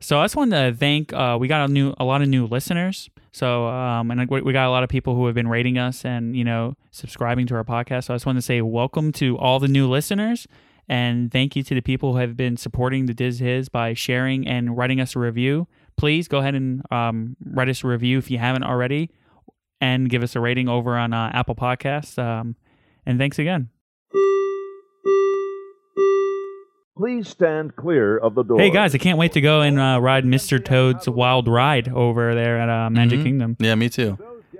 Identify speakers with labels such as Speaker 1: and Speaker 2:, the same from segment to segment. Speaker 1: So I just wanted to thank. Uh, we got a new, a lot of new listeners. So um, and like, we we got a lot of people who have been rating us and you know subscribing to our podcast. So I just wanted to say welcome to all the new listeners, and thank you to the people who have been supporting the Diz His by sharing and writing us a review. Please go ahead and um, write us a review if you haven't already, and give us a rating over on uh, Apple Podcasts. Um, and thanks again.
Speaker 2: Please stand clear of the door.
Speaker 1: Hey guys, I can't wait to go and uh, ride Mr. Toad's Wild Ride over there at uh, Magic
Speaker 3: Mhm.
Speaker 1: Kingdom.
Speaker 3: Yeah, me too.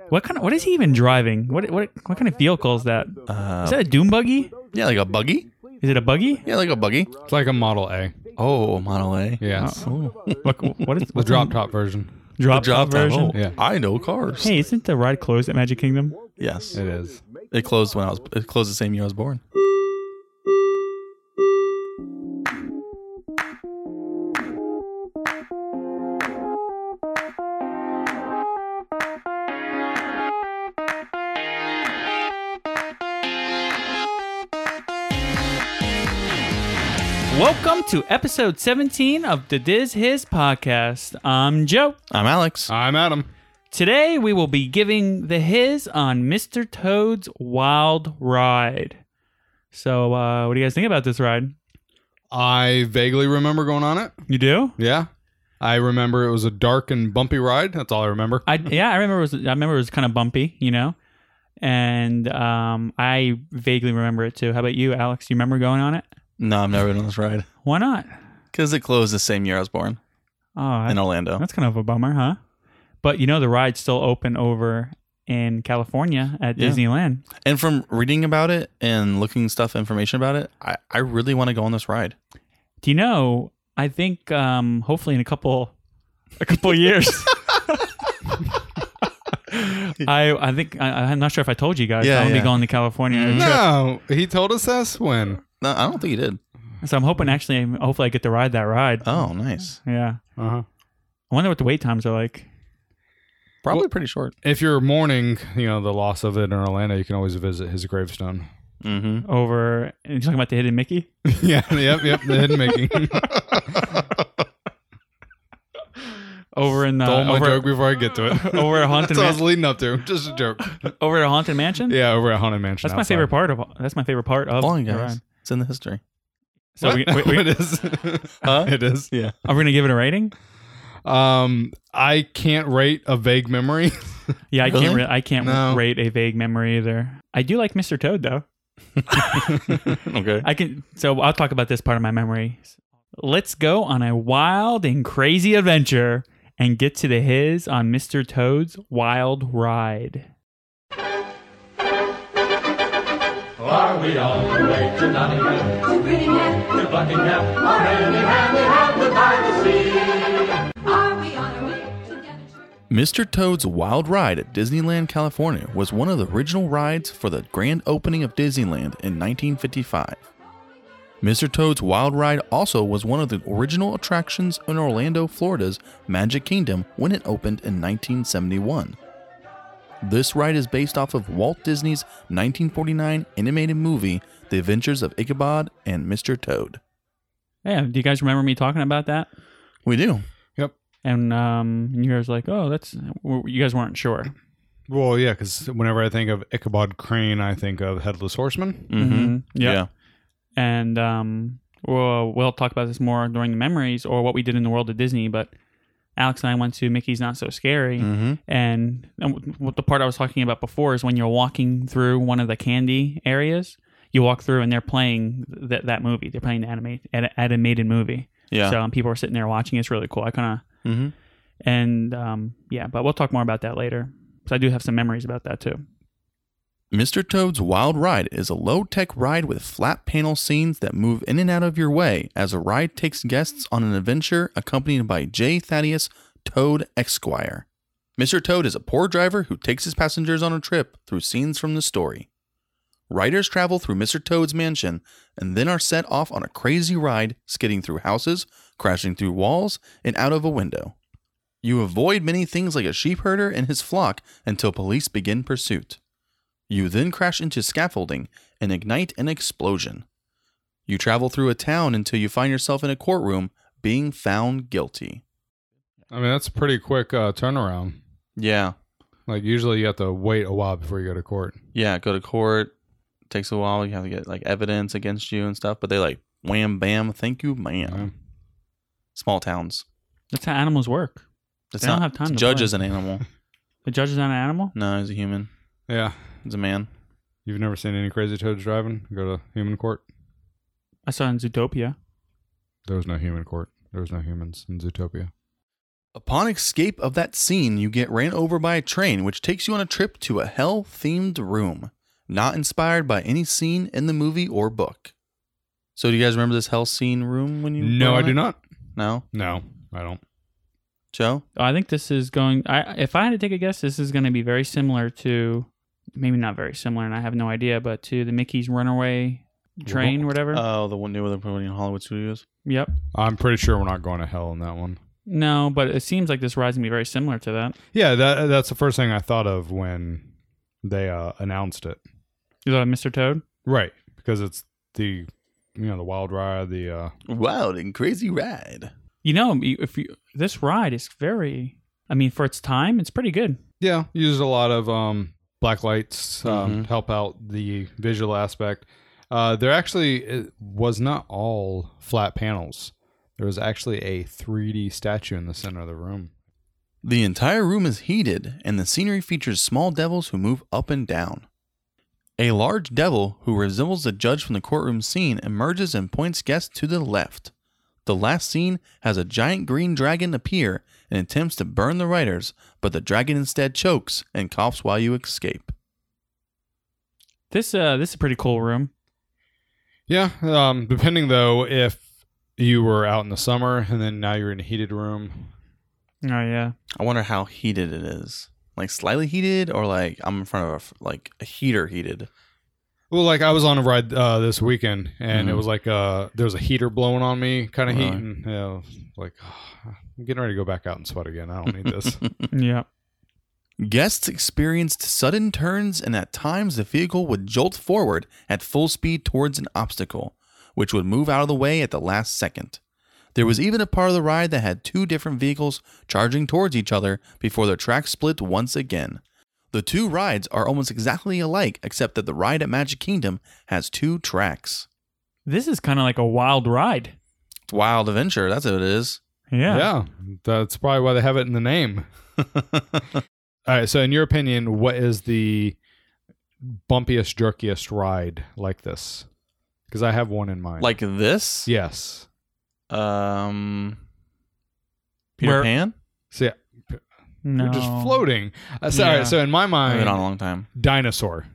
Speaker 1: What kind of what is he even driving? What what what kind of vehicle is that? Is
Speaker 3: Uh,
Speaker 1: that a doom buggy?
Speaker 3: yeah, like a buggy.
Speaker 1: Is it a buggy?
Speaker 3: Yeah, like a buggy.
Speaker 4: It's like a Model A.
Speaker 3: Oh, Model A.
Speaker 4: Yeah, it's
Speaker 1: What what is
Speaker 4: the
Speaker 1: what's
Speaker 4: drop
Speaker 1: in-
Speaker 4: top version.
Speaker 1: drop top
Speaker 3: Drop down.
Speaker 1: version?
Speaker 3: Oh,
Speaker 4: Yeah.
Speaker 3: I know cars.
Speaker 1: Hey, isn't the ride closed at Magic Kingdom?
Speaker 3: Yes,
Speaker 4: It is.
Speaker 3: it closed when I was. It closed the same year I was born.
Speaker 1: Welcome to episode 17 of the Diz His podcast. I'm Joe.
Speaker 3: I'm
Speaker 1: Uh.
Speaker 3: Alex.
Speaker 4: I'm Adam.
Speaker 1: Today we will be giving the his on Mr. Toad's Wild Ride. So, uh, what do you guys think about this ride?
Speaker 4: I vaguely remember going on it.
Speaker 1: You do?
Speaker 4: Yeah, I remember it was a dark and bumpy ride. That's all I remember.
Speaker 1: I yeah, I remember it was I remember it was kind of bumpy, you know. And um, I vaguely remember it too. How about you, Alex? Do you remember going on it?
Speaker 3: No, I've never been on this ride
Speaker 1: Why not?
Speaker 3: because it closed the same year I was born
Speaker 1: Oh,
Speaker 3: in
Speaker 1: that's,
Speaker 3: Orlando.
Speaker 1: that's kind of a bummer, huh? But you know the ride's still open over in California at
Speaker 3: Yeah.
Speaker 1: Disneyland.
Speaker 3: And from reading about it and looking stuff information about it, I, I really want to go on this ride.
Speaker 1: Do you know? I think um, hopefully in a couple a couple years. I I think I, I'm not sure if I told you guys.
Speaker 3: Yeah,
Speaker 1: I'm gonna
Speaker 3: yeah.
Speaker 1: be going to California. on a trip.
Speaker 4: No, he told us this when.
Speaker 3: No, I don't think you did.
Speaker 1: So I'm hoping actually, hopefully I get to ride that ride.
Speaker 3: Oh, nice.
Speaker 1: Yeah.
Speaker 4: Uh huh.
Speaker 1: I wonder what the wait times are like.
Speaker 3: Probably
Speaker 4: Well-
Speaker 3: pretty short.
Speaker 4: If you're mourning, you know the loss of it in Orlando, you can always visit his gravestone.
Speaker 3: Mm-hmm.
Speaker 1: Over, and you're talking about the hidden Mickey?
Speaker 4: yeah. Yep. Yep. The hidden making.
Speaker 1: Over in the
Speaker 4: Stole my
Speaker 1: over,
Speaker 4: joke before I get to it.
Speaker 1: over at
Speaker 4: That's
Speaker 1: haunted
Speaker 4: what I was
Speaker 1: man-
Speaker 4: leading up to. Just a joke.
Speaker 1: over at haunted mansion.
Speaker 4: Yeah, over at Haunted Mansion.
Speaker 1: that's my favorite part of. That's my favorite part of.
Speaker 3: Long
Speaker 1: the
Speaker 3: guys.
Speaker 1: ride.
Speaker 3: It's in the history.
Speaker 1: So we, we, we-
Speaker 4: it is.
Speaker 3: Huh?
Speaker 4: It is.
Speaker 3: Yeah.
Speaker 1: are we gonna give it a rating?
Speaker 4: Um, I can't rate a vague memory.
Speaker 1: Yeah, I can't.
Speaker 3: Really?
Speaker 1: Re- I can't
Speaker 4: No.
Speaker 1: rate a vague memory either. I do like Mr. Toad though.
Speaker 3: okay.
Speaker 1: I can. So I'll talk about this part of my memory. Let's go on a wild and crazy adventure and get to the his on Mr. Toad's Wild Ride.
Speaker 5: Are we on the way to Nottingham? To Birmingham? To Buckingham? Or any hand we have to by the sea?
Speaker 6: Are we on our way to Devonshire?
Speaker 3: Mr. Toad's Wild Ride at Disneyland, California was one of the original rides for the grand opening of Disneyland in 1955. Mr. Toad's Wild Ride also was one of the original attractions in Orlando, Florida's Magic Kingdom when it opened in 1971. This ride is based off of Walt Disney's 1949 animated movie, The Adventures of Ichabod and Mr. Toad.
Speaker 1: Yeah, do you guys remember me talking about that?
Speaker 3: We do.
Speaker 1: And um, and you guys were like, oh, that's you guys weren't sure.
Speaker 4: well, yeah, because whenever I think of Ichabod Crane, I think of Headless Horseman.
Speaker 1: Mhm. Yeah.
Speaker 3: Mm-hmm. Yeah.
Speaker 1: And um, we'll we'll talk about this more during the memories or what we did in the world of Disney. But Alex and I went to Mickey's Not So Scary,
Speaker 3: Mm-hmm.
Speaker 1: and, and wh- what the part I was talking about before is when you're walking through one of the candy areas. You walk through and they're playing that that movie. They're playing the anime, an animated movie.
Speaker 3: Yeah.
Speaker 1: So um, people are sitting there watching. It's really cool. I kind of
Speaker 3: mm-hmm.
Speaker 1: And um, yeah, but we'll talk more about that later. So I do have some memories about that too.
Speaker 3: Mr. Toad's Wild Ride is a low tech ride with flat panel scenes that move in and out of your way as the ride takes guests on an adventure accompanied by J. Thaddeus Toad Esquire. Mr. Toad is a poor driver who takes his passengers on a trip through scenes from the story. Riders travel through Mr. Toad's mansion and then are set off on a crazy ride, skidding through houses, crashing through walls, and out of a window. You avoid many things like a sheep herder and his flock until police begin pursuit. You then crash into scaffolding and ignite an explosion. You travel through a town until you find yourself in a courtroom being found guilty.
Speaker 4: I mean, that's a pretty quick uh, turnaround.
Speaker 3: Yeah.
Speaker 4: Like usually you have to wait a while before you go to court.
Speaker 3: Yeah. Go to court. Takes a while. You have to get like evidence against you and stuff. But they like wham bam. Thank you, ma'am.
Speaker 4: Yeah.
Speaker 3: Small towns.
Speaker 1: That's how animals work.
Speaker 3: That's
Speaker 1: They don't
Speaker 3: not
Speaker 1: have time
Speaker 3: the
Speaker 1: to
Speaker 3: judge
Speaker 1: play.
Speaker 3: is an animal.
Speaker 1: The judge is not an animal.
Speaker 3: No, he's a human.
Speaker 4: Yeah.
Speaker 3: He's a man.
Speaker 4: You've never seen any crazy toads driving? Go to human court.
Speaker 1: I saw in Zootopia.
Speaker 4: There was no human court. There was no humans in Zootopia.
Speaker 3: Upon escape of that scene, you get ran over by a train, which takes you on a trip to a hell themed room, not inspired by any scene in the movie or book. So, do you guys remember this hell scene room when you?
Speaker 4: No,
Speaker 3: were
Speaker 4: I
Speaker 3: on
Speaker 4: do
Speaker 3: it?
Speaker 4: not.
Speaker 3: No,
Speaker 4: No, I don't.
Speaker 3: Joe.
Speaker 1: Oh, I think this is going. I if I had to take a guess, this is going to be very similar to, maybe not very similar, and I have no idea, but to the Mickey's Runaway Train, whatever.
Speaker 3: Oh, the one new one in Hollywood Studios.
Speaker 1: yep.
Speaker 4: I'm pretty sure we're not going to hell in that one.
Speaker 1: No, but it seems like this ride's gonna be very similar to that.
Speaker 4: Yeah, that that's the first thing I thought of when they uh, announced it.
Speaker 1: You thought of Mr. Toad?
Speaker 4: Right, because it's the you know the wild ride, the uh,
Speaker 3: Wild and crazy ride.
Speaker 1: You know, you- if you this ride is very. I mean, for its time, it's pretty good.
Speaker 4: yeah uses a lot of um, black lights um,
Speaker 3: Mhm.
Speaker 4: help out the visual aspect. Uh, there actually it was not all flat panels. There was actually a 3D statue in the center of the room.
Speaker 3: The entire room is heated, and the scenery features small devils who move up and down. A large devil who resembles the judge from the courtroom scene emerges and points guests to the left. The last scene has a giant green dragon appear and attempts to burn the writers, but the dragon instead chokes and coughs while you escape.
Speaker 1: This uh, this is a pretty cool room.
Speaker 4: Yeah, um, depending though if you were out in the summer and then now you're in a heated room.
Speaker 1: Oh yeah,
Speaker 3: I wonder how heated it is. Like slightly heated, or like I'm in front of a, f- like a heater heated.
Speaker 4: Well, like I was on a ride uh, this weekend, and it
Speaker 3: Mhm.
Speaker 1: Mm-hmm.
Speaker 4: was like uh, there was a heater blowing on me, kind of heat,
Speaker 3: Really?
Speaker 4: and you know, like "Ah, I'm getting ready to go back out and sweat again. I don't need this.
Speaker 1: yeah.
Speaker 3: Guests experienced sudden turns, and at times the vehicle would jolt forward at full speed towards an obstacle, which would move out of the way at the last second. There was even a part of the ride that had two different vehicles charging towards each other before the track split once again. The two rides are almost exactly alike, except that the ride at Magic Kingdom has two tracks.
Speaker 1: This is kind of like a wild ride.
Speaker 3: It's Wild Adventure, that's what it is.
Speaker 1: Yeah.
Speaker 4: yeah, that's probably why they have it in the name. All right. So, in your opinion, what is the bumpiest, jerkiest ride like this? Because I have one in mind.
Speaker 3: Like this?
Speaker 4: yes.
Speaker 3: Um, Peter
Speaker 1: Where-
Speaker 3: Pan?
Speaker 4: So yeah,
Speaker 1: No.
Speaker 4: you're just floating. Uh, so, all
Speaker 1: Yeah.
Speaker 4: right, so in my
Speaker 3: I've
Speaker 4: mind,
Speaker 3: been on a long time.
Speaker 4: dinosaur.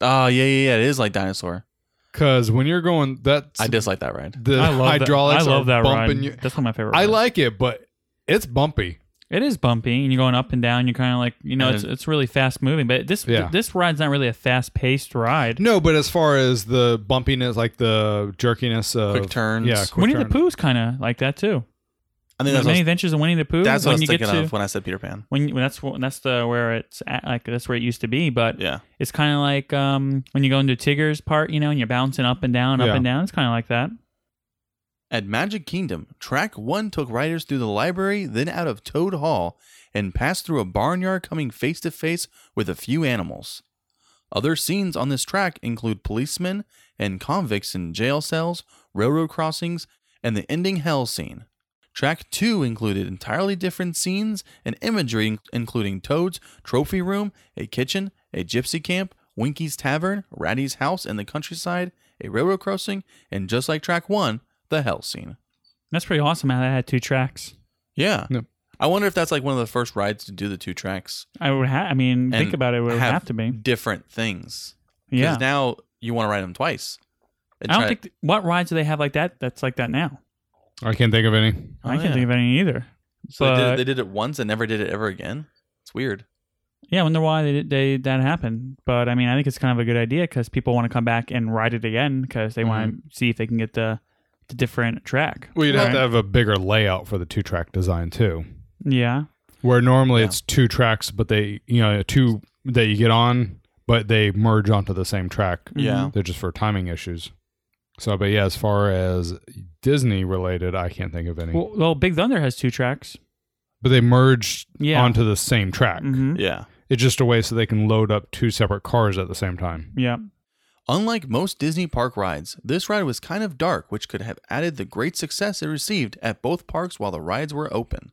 Speaker 3: Oh, yeah, yeah, yeah. It is like Dinosaur.
Speaker 4: Because when you're going, that's
Speaker 3: I dislike that ride.
Speaker 4: the
Speaker 1: I love
Speaker 4: hydraulics
Speaker 1: That. I love that
Speaker 4: are bumping
Speaker 1: ride.
Speaker 4: you.
Speaker 1: That's one of my favorite.
Speaker 4: I
Speaker 1: rides.
Speaker 4: like it, but it's bumpy.
Speaker 1: It is bumpy, and you're going up and down. You're kind of like you know,
Speaker 3: And
Speaker 1: it's
Speaker 3: then-
Speaker 1: it's really fast moving. But this
Speaker 4: Yeah.
Speaker 1: this ride's not really a fast paced ride.
Speaker 4: No, but as far as the bumpiness, like the jerkiness of
Speaker 3: Quick turns.
Speaker 4: yeah, quick
Speaker 1: Winnie
Speaker 4: turn.
Speaker 1: the Pooh's kind of like that too.
Speaker 3: I
Speaker 1: Many
Speaker 3: think that's what, I was-
Speaker 1: Adventures of Winnie the Pooh.
Speaker 3: that's what
Speaker 1: when
Speaker 3: I was
Speaker 1: you get
Speaker 3: thinking
Speaker 1: to
Speaker 3: of when I said Peter Pan.
Speaker 1: when, you- when that's wh- that's the where it's at, like that's where it used to be. But
Speaker 3: Yeah.
Speaker 1: it's kind of like um when you go into Tigger's part, you know, and you're bouncing up and down, up
Speaker 4: Yeah.
Speaker 1: and down. It's kind of like that.
Speaker 3: At Magic Kingdom, track one took riders through the library, then out of Toad Hall, and passed through a barnyard coming face to face with a few animals. Other scenes on this track include policemen and convicts in jail cells, railroad crossings, and the ending hell scene. Track 2 included entirely different scenes and imagery, including Toad's trophy room, a kitchen, a gypsy camp, Winky's tavern, Ratty's house in the countryside, a railroad crossing, and just like track 1, the hell scene.
Speaker 1: That's pretty awesome. How that had two tracks.
Speaker 3: Yeah.
Speaker 4: Yep.
Speaker 3: I wonder if that's like one of the first rides to do the two tracks.
Speaker 1: I would ha- I mean,
Speaker 3: and
Speaker 1: think about it. It would have, to be.
Speaker 3: different things.
Speaker 1: Yeah.
Speaker 3: now you want to ride them twice. And
Speaker 1: I don't
Speaker 3: try-
Speaker 1: think th- what rides do they have like that. That's like that now.
Speaker 4: I can't think of any.
Speaker 1: I
Speaker 3: Oh,
Speaker 1: can't
Speaker 3: yeah.
Speaker 1: think of any either.
Speaker 3: so they, did
Speaker 1: but-
Speaker 3: it, they did it once and never did it ever again. It's weird.
Speaker 1: Yeah, I wonder why they, they that happened. But I mean, I think it's kind of a good idea because people want to come back and ride it again because they
Speaker 3: Mm-hmm.
Speaker 1: want to see if they can get the the different track.
Speaker 4: Well, you'd have
Speaker 1: right?
Speaker 4: to have a bigger layout for the two track design too,
Speaker 1: Yeah,
Speaker 4: where normally it's two tracks, but they you know two that you get on, but they merge onto the same track.
Speaker 1: mm-hmm.
Speaker 3: Yeah.
Speaker 4: They're just for timing issues. So, but yeah, as far as Disney related, I can't think of any.
Speaker 1: Well, well, Big Thunder has two tracks.
Speaker 4: but they merged
Speaker 1: Yeah.
Speaker 4: onto the same track.
Speaker 1: hmm
Speaker 3: Yeah.
Speaker 4: It's just a way so they can load up two separate cars at the same time.
Speaker 1: Yeah.
Speaker 3: Unlike most Disney park rides, this ride was kind of dark, which could have added the great success it received at both parks while the rides were open.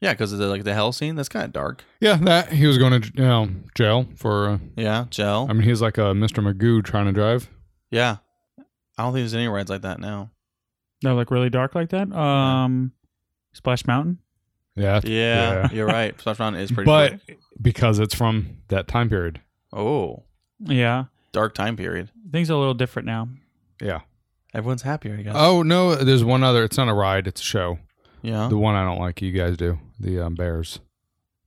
Speaker 3: Yeah, because of the, like the hell scene, that's kind of dark.
Speaker 4: Yeah, that he was going to you know, jail for. Uh,
Speaker 3: Yeah, gel.
Speaker 4: I mean, he's like a Mr. Magoo trying to drive.
Speaker 3: yeah, I don't think there's any rides like that now.
Speaker 1: They're like really dark like that. Um, Splash Mountain.
Speaker 4: Yeah,
Speaker 3: Yeah, you're right. Splash Mountain is pretty.
Speaker 4: but
Speaker 3: dark.
Speaker 4: because it's from that time period.
Speaker 3: oh,
Speaker 1: Yeah.
Speaker 3: dark time period.
Speaker 1: Things are a little different now.
Speaker 4: Yeah.
Speaker 3: Everyone's happier, I guess.
Speaker 4: Oh no, there's one other. It's not a ride. It's a show.
Speaker 3: yeah.
Speaker 4: The one I don't like, you guys do. The um, Bears,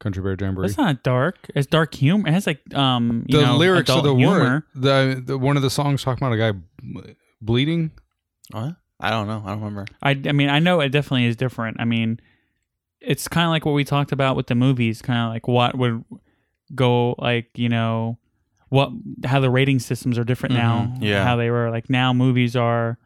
Speaker 4: Country Bear Jamboree.
Speaker 1: It's not dark. It's dark humor. It has like um you
Speaker 4: the
Speaker 1: know,
Speaker 4: lyrics of
Speaker 1: adult
Speaker 4: the
Speaker 1: humor.
Speaker 4: word, the, the one of the songs talking about a guy bleeding.
Speaker 3: What? I don't know. I don't remember.
Speaker 1: I I mean I know it definitely is different. I mean, it's kind of like what we talked about with the movies. Kind of like what would go like you know what how the rating systems are different now.
Speaker 3: Mhm. Yeah.
Speaker 1: How they were like now movies are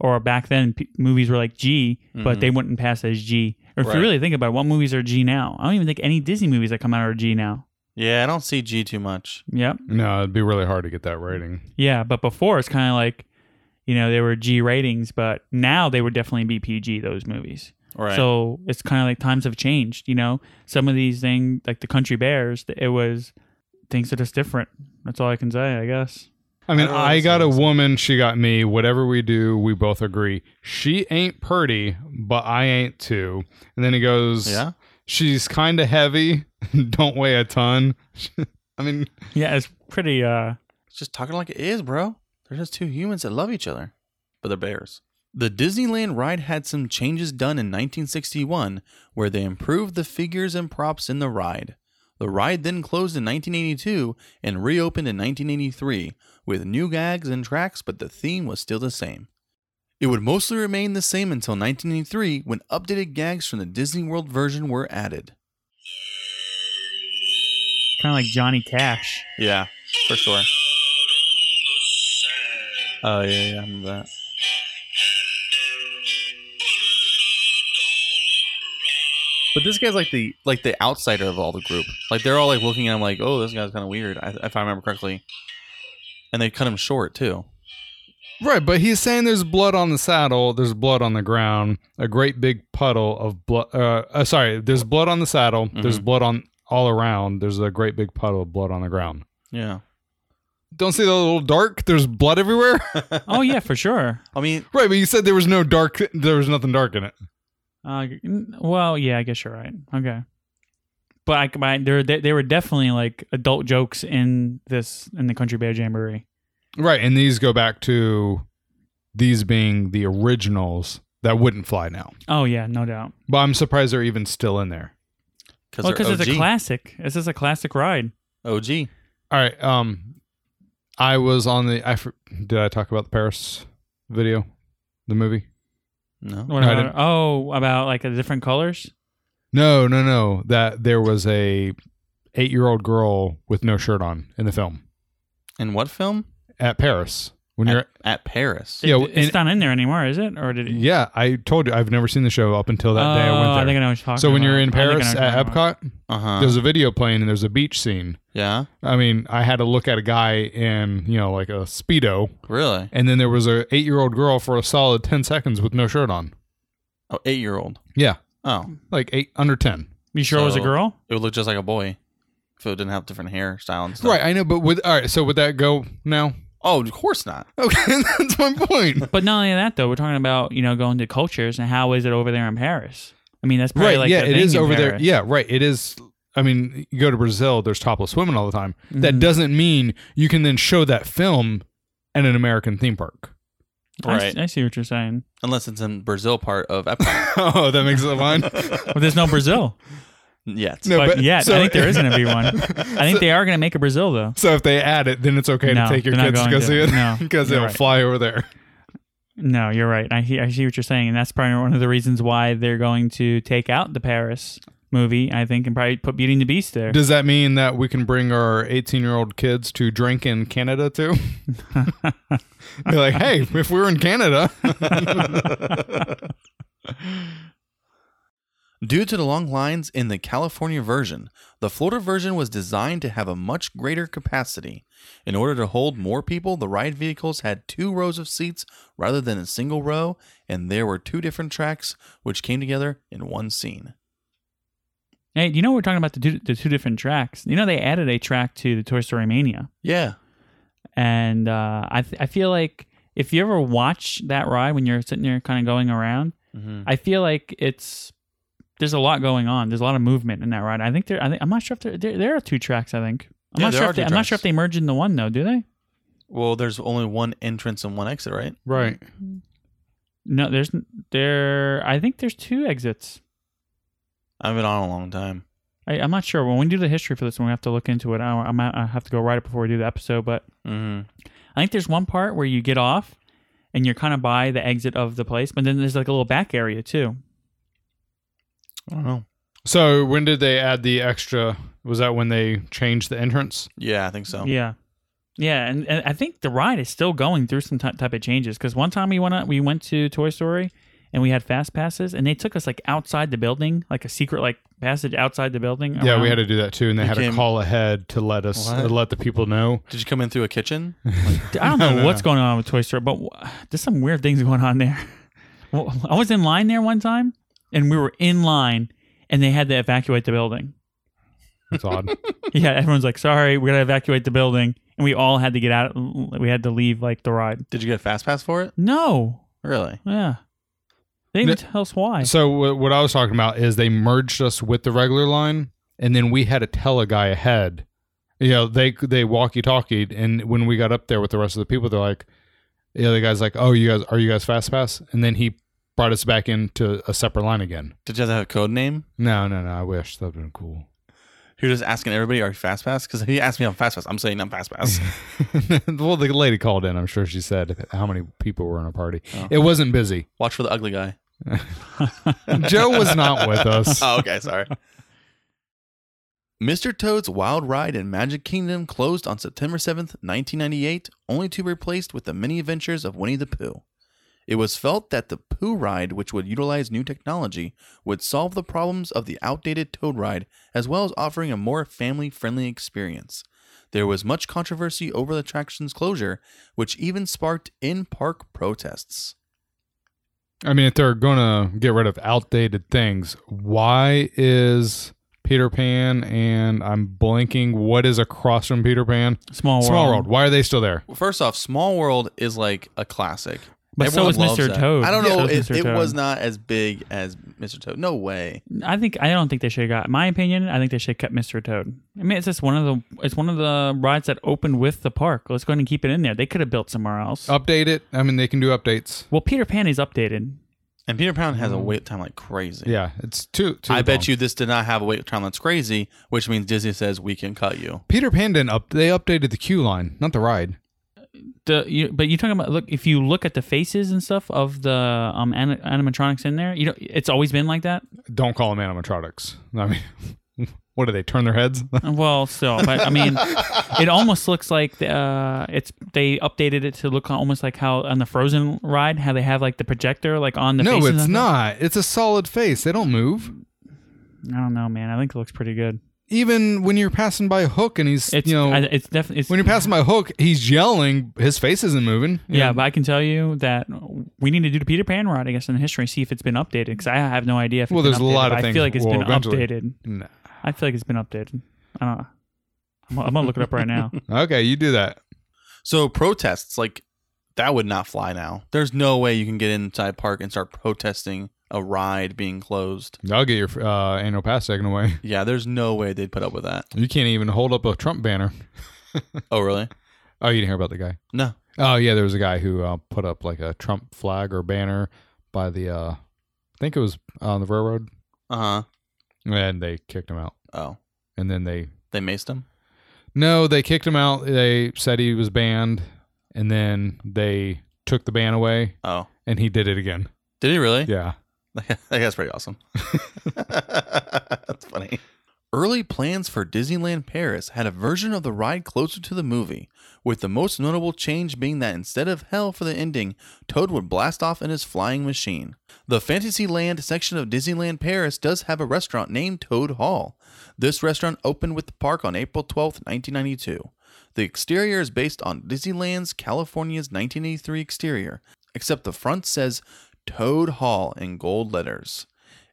Speaker 1: or back then p- movies were like G, but they wouldn't pass as G. Or if
Speaker 3: Mm-hmm. Right.
Speaker 1: you really think about it, what movies are G now, I don't even think any Disney movies that come out are G now.
Speaker 3: Yeah, I don't see G too much.
Speaker 1: Yep.
Speaker 4: No, it'd be really hard to get that rating.
Speaker 1: Yeah, but before it's kind of like, you know, they were G ratings, but now they would definitely be PG those movies.
Speaker 3: Right.
Speaker 1: So it's kind of like times have changed. You know, some of these things like the Country Bears, th- it was things are just different. That's all I can say, I guess.
Speaker 4: I mean,
Speaker 3: don't know
Speaker 4: I,
Speaker 3: what
Speaker 4: got a
Speaker 3: songs.
Speaker 4: woman, she got me. Whatever we do, we both agree. She ain't pretty, but I ain't too. And then he goes,
Speaker 3: Yeah.
Speaker 4: she's kind of heavy, don't weigh a ton. I mean,
Speaker 1: Yeah, it's pretty. uh
Speaker 3: It's just talking like it is, bro. They're just two humans that love each other, but they're bears. The Disneyland ride had some changes done in 1961 where they improved the figures and props in the ride. The ride then closed in 1982 and reopened in 1983 with new gags and tracks, but the theme was still the same. It would mostly remain the same until 1983 when updated gags from the Disney World version were added.
Speaker 1: kind of like Johnny Cash.
Speaker 3: Yeah, for sure. Oh yeah, yeah, I remember that. But this guy's like the like the outsider of all the group. Like they're all like looking at him like, oh, this guy's kind of weird. I, if I remember correctly, and they cut him short too.
Speaker 4: right, but he's saying there's blood on the saddle, there's blood on the ground, a great big puddle of blood. Uh, uh, sorry, there's blood on the saddle, there's blood on all around, there's a great big puddle of blood on the ground.
Speaker 3: Yeah,
Speaker 4: Don't see the little dark? There's blood everywhere?
Speaker 1: oh yeah, for sure.
Speaker 3: I mean,
Speaker 4: Right, but you said there was no dark. There was nothing dark in it.
Speaker 1: Uh, n- well, yeah, I guess you're right. Okay, but I, but I there they, they were definitely like adult jokes in this in the Country Bear Jamboree.
Speaker 4: Right, and these go back to these being the originals that wouldn't fly now.
Speaker 1: Oh yeah, no doubt.
Speaker 4: But I'm surprised they're even still in there.
Speaker 3: because
Speaker 1: well, because it's a classic. This is a classic ride.
Speaker 3: OG.
Speaker 4: All right. Um, I was on the. I for- did I talk about the Paris video, the movie?
Speaker 3: No.
Speaker 1: What
Speaker 4: No, I
Speaker 1: about-
Speaker 4: didn't.
Speaker 1: oh, about like the different colors.
Speaker 4: No, no, no. That there was a eight year old girl with no shirt on in the film
Speaker 3: In what film?
Speaker 4: at Paris. When you're,
Speaker 3: At Paris.
Speaker 1: It-
Speaker 4: Yeah,
Speaker 1: it's
Speaker 4: and-
Speaker 1: not in there anymore, is it? Or did it?
Speaker 4: yeah, I told you I've never seen the show up until that day. I
Speaker 1: Oh,
Speaker 4: went there.
Speaker 1: I think I know what you're talking
Speaker 4: so when
Speaker 1: about.
Speaker 4: you're in
Speaker 1: I think I know
Speaker 4: Paris
Speaker 1: what you're
Speaker 4: at
Speaker 1: talking about.
Speaker 4: Epcot,
Speaker 3: Uh huh.
Speaker 4: there's a video playing and there's a beach scene.
Speaker 3: Yeah.
Speaker 4: I mean, I had to look at a guy in, you know, like a speedo,
Speaker 3: Really?
Speaker 4: and then there was a eight year old girl for a solid ten seconds with no shirt on.
Speaker 3: Oh, eight year old.
Speaker 4: Yeah,
Speaker 3: Oh,
Speaker 4: like eight under ten.
Speaker 1: you sure it was a
Speaker 3: So-
Speaker 1: girl?
Speaker 3: it would look just like a boy if it didn't have different hairstyle and stuff.
Speaker 4: Right, I know, but with all right, so would that go now?
Speaker 3: Oh, of course not.
Speaker 4: Okay, that's my point.
Speaker 1: But not only that, though, we're talking about you know going to cultures and how is it over there in Paris? I mean, that's probably
Speaker 4: Right,
Speaker 1: Like
Speaker 4: yeah,
Speaker 1: the
Speaker 4: it
Speaker 1: thing
Speaker 4: is
Speaker 1: in
Speaker 4: over there.
Speaker 1: Paris.
Speaker 4: Yeah, right, it is. I mean, you go to Brazil, there's topless women all the time.
Speaker 1: Mm-hmm.
Speaker 4: That doesn't mean you can then show that film at an American theme park.
Speaker 1: I s-
Speaker 3: Right.
Speaker 1: I, see what you're saying.
Speaker 3: Unless it's in Brazil part of Epcot.
Speaker 4: oh, that makes it fine.
Speaker 1: But there's no Brazil,
Speaker 3: Yet.
Speaker 4: No,
Speaker 1: but,
Speaker 4: but-
Speaker 1: yet
Speaker 4: so-
Speaker 1: I think there is going to be one. I think they are going to make a Brazil though.
Speaker 4: So if they add it, then it's okay
Speaker 1: No,
Speaker 4: to take your
Speaker 1: they're not
Speaker 4: kids to go
Speaker 1: going to.
Speaker 4: see it
Speaker 1: No,
Speaker 4: because
Speaker 1: you're
Speaker 4: it'll
Speaker 1: right.
Speaker 4: fly over there.
Speaker 1: No, you're right. I, he- I see what you're saying, and that's probably one of the reasons why they're going to take out the Paris movie, I think, and probably put Beauty and the Beast there.
Speaker 4: Does that mean that we can bring our 18 year old kids to drink in Canada too? Be like, hey, if we were in Canada,
Speaker 3: Due to the long lines in the California version, the Florida version was designed to have a much greater capacity. In order to hold more people, the ride vehicles had two rows of seats rather than a single row, and there were two different tracks which came together in one scene.
Speaker 1: Hey, you know we're talking about the two, the two different tracks. You know they added a track to the Toy Story Mania,
Speaker 3: Yeah.
Speaker 1: and uh, I th- I feel like if you ever watch that ride when you're sitting there kind of going around,
Speaker 3: Mm-hmm.
Speaker 1: I feel like it's there's a lot going on. There's a lot of movement in that ride. I think there. I think, I'm not sure if there, there there are two tracks. I think. I'm
Speaker 3: Yeah,
Speaker 1: not
Speaker 3: there
Speaker 1: sure
Speaker 3: are
Speaker 1: if they,
Speaker 3: two
Speaker 1: I'm not sure
Speaker 3: tracks.
Speaker 1: if they merge into one though. Do they?
Speaker 3: Well, there's only one entrance and one exit, right?
Speaker 4: Right.
Speaker 1: Mm-hmm. No, there's n- there. I think there's two exits.
Speaker 3: I've been on a long time.
Speaker 1: I, I'm not sure. When we do the history for this one, we have to look into it. I, I might I have to go write it before we do the episode. But
Speaker 3: Mm-hmm.
Speaker 1: I think there's one part where you get off and you're kind of by the exit of the place, but then there's like a little back area too.
Speaker 3: I don't know.
Speaker 4: So when did they add the extra? Was that when they changed the entrance?
Speaker 3: Yeah, I think
Speaker 4: Oh.
Speaker 3: so.
Speaker 1: Yeah. Yeah, and, and I think the ride is still going through some ty- type of changes because one time we went out, we went to Toy Story and we had fast passes, and they took us like outside the building, like a secret like passage outside the building.
Speaker 4: Yeah, we
Speaker 1: around.
Speaker 4: had to do that too, and they
Speaker 3: You
Speaker 4: had to
Speaker 3: came-
Speaker 4: call ahead to let us
Speaker 3: What?
Speaker 4: uh, let the people know.
Speaker 3: Did you come in through a kitchen?
Speaker 1: I don't
Speaker 4: No,
Speaker 1: know
Speaker 4: no,
Speaker 1: what's
Speaker 4: no.
Speaker 1: going on with Toy Story, but w- there's some weird things going on there. Well, I was in line there one time, and we were in line, and they had to evacuate the building.
Speaker 4: It's odd.
Speaker 1: Yeah, everyone's like, "Sorry, we gotta evacuate the building," and we all had to get out. We had to leave like the ride.
Speaker 3: Did you get a fast pass for it?
Speaker 1: No,
Speaker 3: Really?
Speaker 1: yeah, they didn't
Speaker 4: No-
Speaker 1: tell us why.
Speaker 4: so wh- what I was talking about is they merged us with the regular line, and then we had to tell a guy ahead. You know, they they walkie talkied, and when we got up there with the rest of the people, they're like, the other guy's like, "Oh, you guys, are you guys fast pass?" And then he brought us back into a separate line again.
Speaker 3: Did you have to have a code name?
Speaker 4: No, no, no. I wish that'd been cool.
Speaker 3: You're just asking everybody, are you fast pass? Because if he asked me I'm fast pass, I'm saying I'm fast pass.
Speaker 4: well, the lady called in. I'm sure she said how many people were in a party. It wasn't busy.
Speaker 3: Watch for the ugly guy.
Speaker 4: Joe was not with us.
Speaker 3: Oh, okay, sorry. Mr. Toad's Wild Ride in Magic Kingdom closed on September 7th, 1998, only to be replaced with the mini adventures of Winnie the Pooh. It was felt that the Pooh ride, which would utilize new technology, would solve the problems of the outdated Toad ride, as well as offering a more family friendly experience. There was much controversy over the attraction's closure, which even sparked in park protests.
Speaker 4: I mean, if they're gonna get rid of outdated things, why is Peter Pan and I'm blanking? What is across from Peter Pan?
Speaker 1: Small world.
Speaker 4: Small World. Why are they still there?
Speaker 3: Well, First off, Small World is like a classic.
Speaker 1: But so is
Speaker 3: loves
Speaker 1: Mr.
Speaker 3: that.
Speaker 1: Toad.
Speaker 3: I don't
Speaker 1: So
Speaker 3: know.
Speaker 1: is
Speaker 3: It,
Speaker 1: Mr.
Speaker 3: it
Speaker 1: Toad.
Speaker 3: was not as big as Mr. Toad. No way.
Speaker 1: I think I don't think they should have got. My opinion, I think they should have kept Mr. Toad. I mean, it's just one of the it's one of the rides that opened with the park. Let's go ahead and keep it in there. They could have built somewhere else.
Speaker 4: Update it. I mean, they can do updates.
Speaker 1: well, Peter Pan is updated.
Speaker 3: And Peter Pan has a
Speaker 1: Mm.
Speaker 3: wait time like crazy.
Speaker 4: Yeah, it's too. too
Speaker 3: I bet you this did not have a wait time that's crazy, which means Disney says we can cut you.
Speaker 4: Peter Pan didn't up. They updated the queue line, not the ride.
Speaker 1: the you, but you're talking about look if you look at the faces and stuff of the um ani- animatronics in there you know it's always been like that
Speaker 4: Don't call them animatronics. I mean, what do they turn their heads?
Speaker 1: well still but i mean it almost looks like the, uh it's they updated it to look almost like how on the frozen ride how they have like the projector like on the
Speaker 4: no,
Speaker 1: faces
Speaker 4: it's
Speaker 1: and stuff.
Speaker 4: not. It's a solid face. They don't move.
Speaker 1: i don't know man i think it looks pretty good
Speaker 4: Even when you're passing by Hook and he's,
Speaker 1: it's
Speaker 4: you know,
Speaker 1: I, it's definitely
Speaker 4: when you're passing by Hook, he's yelling. His face isn't moving.
Speaker 1: yeah, but I can tell you that we need to do the Peter Pan ride, I guess, in the history, see if it's been updated. Because I have no idea if it's
Speaker 4: Well,
Speaker 1: been
Speaker 4: there's a
Speaker 1: updated,
Speaker 4: lot
Speaker 1: but
Speaker 4: of
Speaker 1: I
Speaker 4: things-
Speaker 1: feel like it's
Speaker 4: well,
Speaker 1: been
Speaker 4: eventually.
Speaker 1: updated.
Speaker 4: No.
Speaker 1: I feel like it's been updated. I don't know. I'm, I'm gonna look it up right now.
Speaker 4: Okay, you do that.
Speaker 3: So protests, like that would not fly now. There's no way you can get inside park and start protesting a ride being closed.
Speaker 4: I'll get your uh, annual pass taken away.
Speaker 3: Yeah, there's no way they'd put up with that.
Speaker 4: You can't even hold up a Trump banner.
Speaker 3: Oh really?
Speaker 4: Oh, you didn't hear about the guy?
Speaker 3: No.
Speaker 4: Oh, yeah, there was a guy who uh, put up like a Trump flag or banner by the, uh, I think it was on the railroad,
Speaker 3: Uh huh.
Speaker 4: and they kicked him out.
Speaker 3: Oh.
Speaker 4: And then they,
Speaker 3: They maced him?
Speaker 4: no, they kicked him out. They said he was banned, and then they took the ban away,
Speaker 3: Oh.
Speaker 4: and he did it again.
Speaker 3: Did he really?
Speaker 4: Yeah.
Speaker 3: That's pretty awesome. That's funny. Early plans for Disneyland Paris had a version of the ride closer to the movie, with the most notable change being that instead of hell for the ending, Toad would blast off in his flying machine. The Fantasyland section of Disneyland Paris does have a restaurant named Toad Hall. This restaurant opened with the park on April 12, 1992. The exterior is based on Disneyland's California's 1983 exterior, except the front says Toad Hall in gold letters.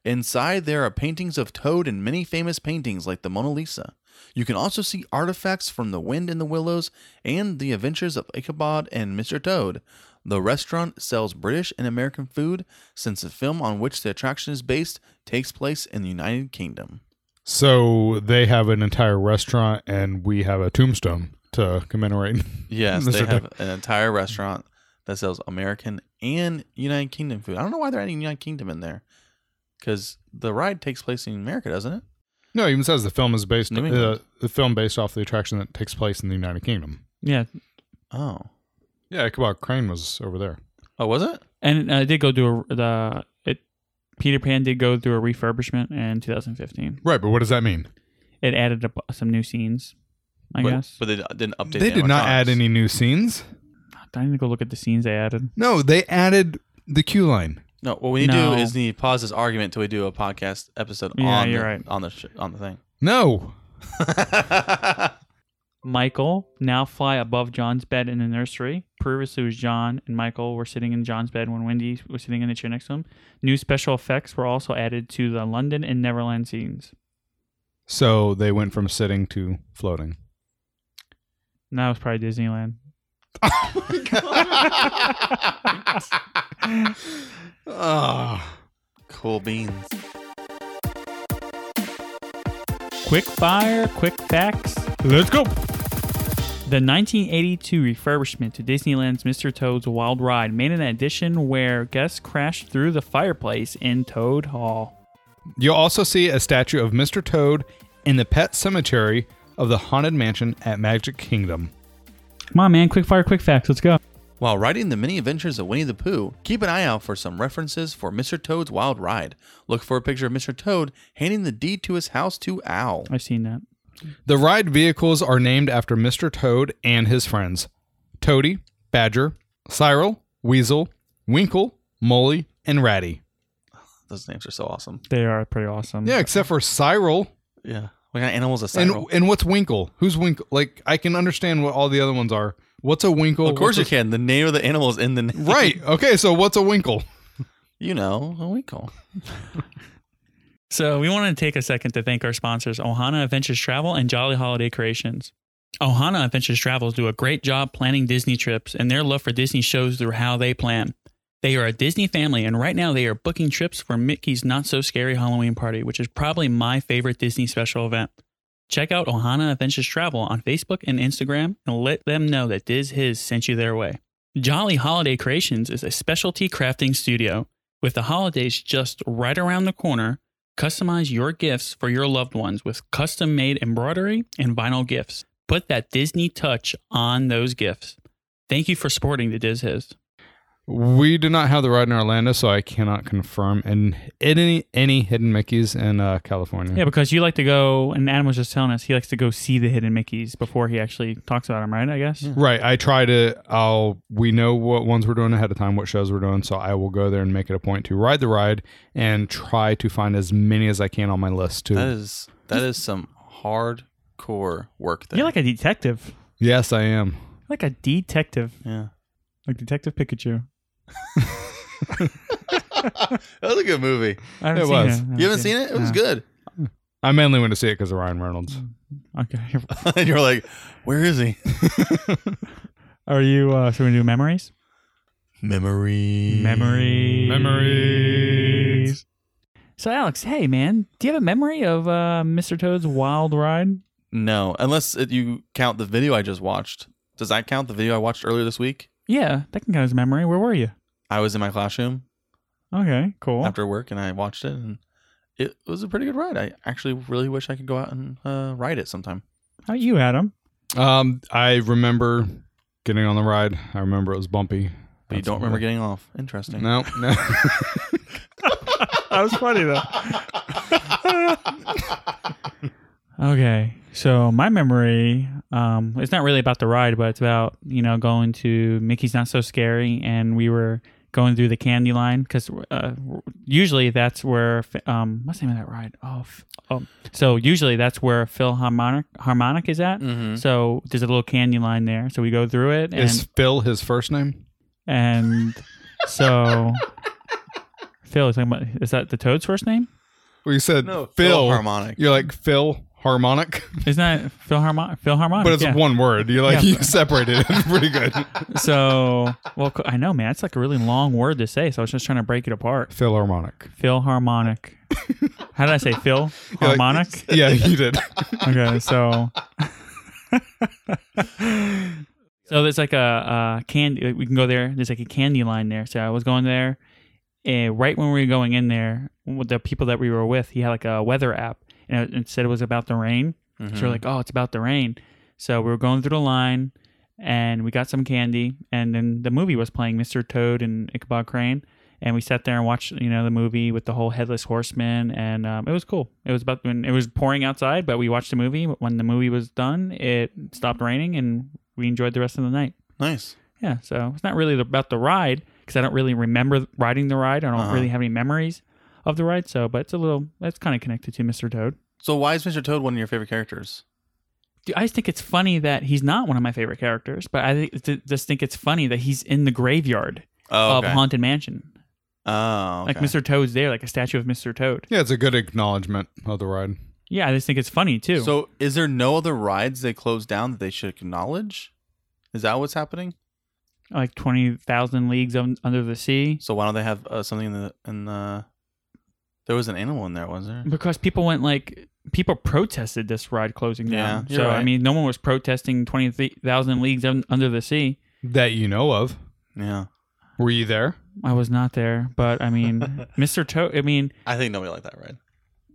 Speaker 3: Inside, there are paintings of Toad and many famous paintings like the Mona Lisa. You can also see artifacts from The Wind in the Willows and The Adventures of Ichabod and Mr. Toad. The restaurant sells British and American food since the film on which the attraction is based takes place in the United Kingdom.
Speaker 4: So they have an entire restaurant, and we have a tombstone to commemorate.
Speaker 3: Yes, they
Speaker 4: Mr.
Speaker 3: have an entire restaurant that sells American and United Kingdom food. I don't know why they're adding United Kingdom in there because the ride takes place in America, doesn't it?
Speaker 4: No, it even says the film is based
Speaker 3: New
Speaker 4: uh,
Speaker 3: England.
Speaker 4: the film based off the attraction that takes place in the United Kingdom.
Speaker 1: Yeah,
Speaker 3: Oh,
Speaker 4: Yeah, Ichabod Crane was over there.
Speaker 3: oh, was it?
Speaker 1: and uh, it did go through a, the it. Peter Pan did go through a refurbishment in 2015.
Speaker 4: Right, but what does that mean?
Speaker 1: It added up some new scenes, I
Speaker 3: but,
Speaker 1: guess.
Speaker 3: but they d- didn't update.
Speaker 4: they
Speaker 3: the
Speaker 4: did not add
Speaker 3: animatronics.
Speaker 4: any new scenes.
Speaker 1: I need to go look at the scenes they added.
Speaker 4: No, they added the queue line.
Speaker 3: No, what we need
Speaker 1: No.
Speaker 3: to do is need to pause this argument till we do a podcast episode
Speaker 1: Yeah,
Speaker 3: on
Speaker 1: you're
Speaker 3: the,
Speaker 1: right.
Speaker 3: on the sh- on the thing.
Speaker 4: No.
Speaker 1: Michael now fly above John's bed in the nursery. Previously, it was John and Michael were sitting in John's bed when Wendy was sitting in the chair next to him. New special effects were also added to the London and Neverland scenes.
Speaker 4: So they went from sitting to floating.
Speaker 1: And that was probably Disneyland.
Speaker 4: Ah.
Speaker 3: cool beans.
Speaker 1: Quick fire, quick facts.
Speaker 4: Let's go.
Speaker 1: The 1982 refurbishment to Disneyland's Mr. Toad's Wild Ride made an addition where guests crashed through the fireplace in Toad Hall.
Speaker 4: You'll also see a statue of Mr. Toad in the pet cemetery of the Haunted Mansion at Magic Kingdom.
Speaker 1: Come on, man. Quick fire, quick facts. Let's go.
Speaker 3: While writing the many adventures of Winnie the Pooh, keep an eye out for some references for Mr. Toad's Wild Ride. Look for a picture of Mr. Toad handing the deed to his house to Owl.
Speaker 1: I've seen that.
Speaker 4: The ride vehicles are named after Mr. Toad and his friends Toady, Badger, Cyril, Weasel, Winkle, Molly, and Ratty.
Speaker 3: Those names are so awesome.
Speaker 1: They are pretty awesome.
Speaker 4: Yeah, except for Cyril.
Speaker 3: Yeah. What kind of animals is
Speaker 4: And
Speaker 3: Cyril?
Speaker 4: and what's Winkle? Who's Winkle? Like I can understand what all the other ones are. What's a Winkle?
Speaker 3: of course you
Speaker 4: What's
Speaker 3: can. The name of the animal is in the
Speaker 4: a-
Speaker 3: name.
Speaker 4: Right. Okay. So what's a Winkle?
Speaker 3: You know, a winkle.
Speaker 1: So we want to take a second to thank our sponsors, Ohana Adventures Travel and Jolly Holiday Creations. Ohana Adventures Travels do a great job planning Disney trips, and their love for Disney shows through how they plan. They are a Disney family, and right now they are booking trips for Mickey's Not So Scary Halloween Party, which is probably my favorite Disney special event. Check out Ohana Adventures Travel on Facebook and Instagram and let them know that Diz His sent you their way. Jolly Holiday Creations is a specialty crafting studio. With the holidays just right around the corner, customize your gifts for your loved ones with custom made embroidery and vinyl gifts. Put that Disney touch on those gifts. Thank you for supporting the Diz His.
Speaker 4: We do not have the ride in Orlando, so I cannot confirm. And any any hidden Mickey's in uh, California.
Speaker 1: Yeah, because you like to go, and Adam was just telling us he likes to go see the hidden Mickeys before he actually talks about them, right? I guess.
Speaker 4: Right. I try to. I'll. We know what ones we're doing ahead of time, what shows we're doing, so I will go there and make it a point to ride the ride and try to find as many as I can on my list too.
Speaker 3: That is that is some hardcore work there.
Speaker 1: You're like a detective,
Speaker 4: yes, I am.
Speaker 1: like a detective,
Speaker 3: yeah.
Speaker 1: like Detective Pikachu.
Speaker 3: That was a good movie.
Speaker 1: I haven't
Speaker 4: It
Speaker 1: seen
Speaker 4: was.
Speaker 1: I
Speaker 3: You haven't seen it? It was
Speaker 1: No.
Speaker 3: good.
Speaker 4: I mainly went to see it because of Ryan Reynolds.
Speaker 1: Okay.
Speaker 3: and you're like, where is he?
Speaker 1: Are you? Uh, should we do memories?
Speaker 3: Memory.
Speaker 1: Memories.
Speaker 4: Memories.
Speaker 1: So Alex, hey man, do you have a memory of uh, Mr. Toad's Wild Ride?
Speaker 3: No, unless it, you count the video I just watched. Does that count the video I watched earlier this week?
Speaker 1: Yeah, that can count as a memory. Where were you?
Speaker 3: I was in my classroom
Speaker 1: Okay, cool.
Speaker 3: after work and I watched it, and it was a pretty good ride. I actually really wish I could go out and uh, ride it sometime.
Speaker 1: How about Oh, you, Adam?
Speaker 4: Um, I remember getting on the ride. I remember it was bumpy.
Speaker 3: But you
Speaker 4: That's
Speaker 3: don't
Speaker 4: all.
Speaker 3: remember getting off. Interesting.
Speaker 4: No, no.
Speaker 1: That was funny though. okay, so my memory Um, it's not really about the ride, but it's about you know going to Mickey's Not So Scary, and we were going through the candy line because uh, usually that's where Ph- um what's the name of that ride? Oh, Ph- oh. so usually that's where Philharmonic Harmonic is at.
Speaker 4: Mm-hmm.
Speaker 1: So there's a little candy line there, so we go through it, and
Speaker 4: Is Phil his first name?
Speaker 1: and so Phil is talking about is that the Toad's first name?
Speaker 4: Well, you said
Speaker 3: No,
Speaker 4: Phil
Speaker 3: Philharmonic.
Speaker 4: You're like Phil harmonic,
Speaker 1: Isn't that Philharmonic? Philharmonic,
Speaker 4: but it's
Speaker 1: yeah.
Speaker 4: one word. You like
Speaker 1: Yeah.
Speaker 4: you separated it pretty good.
Speaker 1: So well, c- I know, man. It's like a really long word to say, so I was just trying to break it apart.
Speaker 4: Phil harmonic.
Speaker 1: Philharmonic. How did I say Phil harmonic?
Speaker 4: Yeah, you did.
Speaker 1: Okay, so so there's like a, a candy. We can go there. There's like a candy line there. So I was going there, and right when we were going in there, with the people that we were with, he had like a weather app, and it, it said it was about the rain.
Speaker 3: Mm-hmm.
Speaker 1: So we're like, oh, it's about the rain. So we were going through the line, and we got some candy, and then the movie was playing, Mr. Toad and Ichabod Crane. And we sat there and watched, you know, the movie with the whole headless horseman, and um, it was cool. It was about when it was pouring outside, but we watched the movie. When the movie was done, it stopped raining, and we enjoyed the rest of the night.
Speaker 3: Nice.
Speaker 1: Yeah, so it's not really about the ride because I don't really remember riding the ride. I don't
Speaker 3: Uh-huh.
Speaker 1: really have any memories of the ride. So, but it's a little that's kind of connected to Mr. Toad.
Speaker 3: So why is Mr. Toad one of your favorite characters?
Speaker 1: Dude, I just think it's funny that he's not one of my favorite characters, but I thi- th- just think it's funny that he's in the graveyard
Speaker 3: Oh,
Speaker 1: of
Speaker 3: okay.
Speaker 1: Haunted Mansion.
Speaker 3: oh
Speaker 1: Like
Speaker 3: okay.
Speaker 1: Mr. Toad's there, like a statue of Mr. Toad.
Speaker 4: Yeah, it's a good acknowledgement of the ride.
Speaker 1: Yeah, I just think it's funny too.
Speaker 3: So is there no other rides they closed down that they should acknowledge? Is that what's happening?
Speaker 1: like twenty thousand leagues un- under the sea,
Speaker 3: So why don't they have uh, something in the in the? There was an animal in there, was there?
Speaker 1: because people went like people protested this ride closing
Speaker 3: Yeah,
Speaker 1: down.
Speaker 3: you're
Speaker 1: So I
Speaker 3: right.
Speaker 1: mean, no one was protesting twenty thousand leagues un- under the sea.
Speaker 4: That you know of.
Speaker 3: Yeah,
Speaker 4: Were you there?
Speaker 1: I was not there, but I mean, Mr. Toad. I mean,
Speaker 3: I think nobody liked that ride.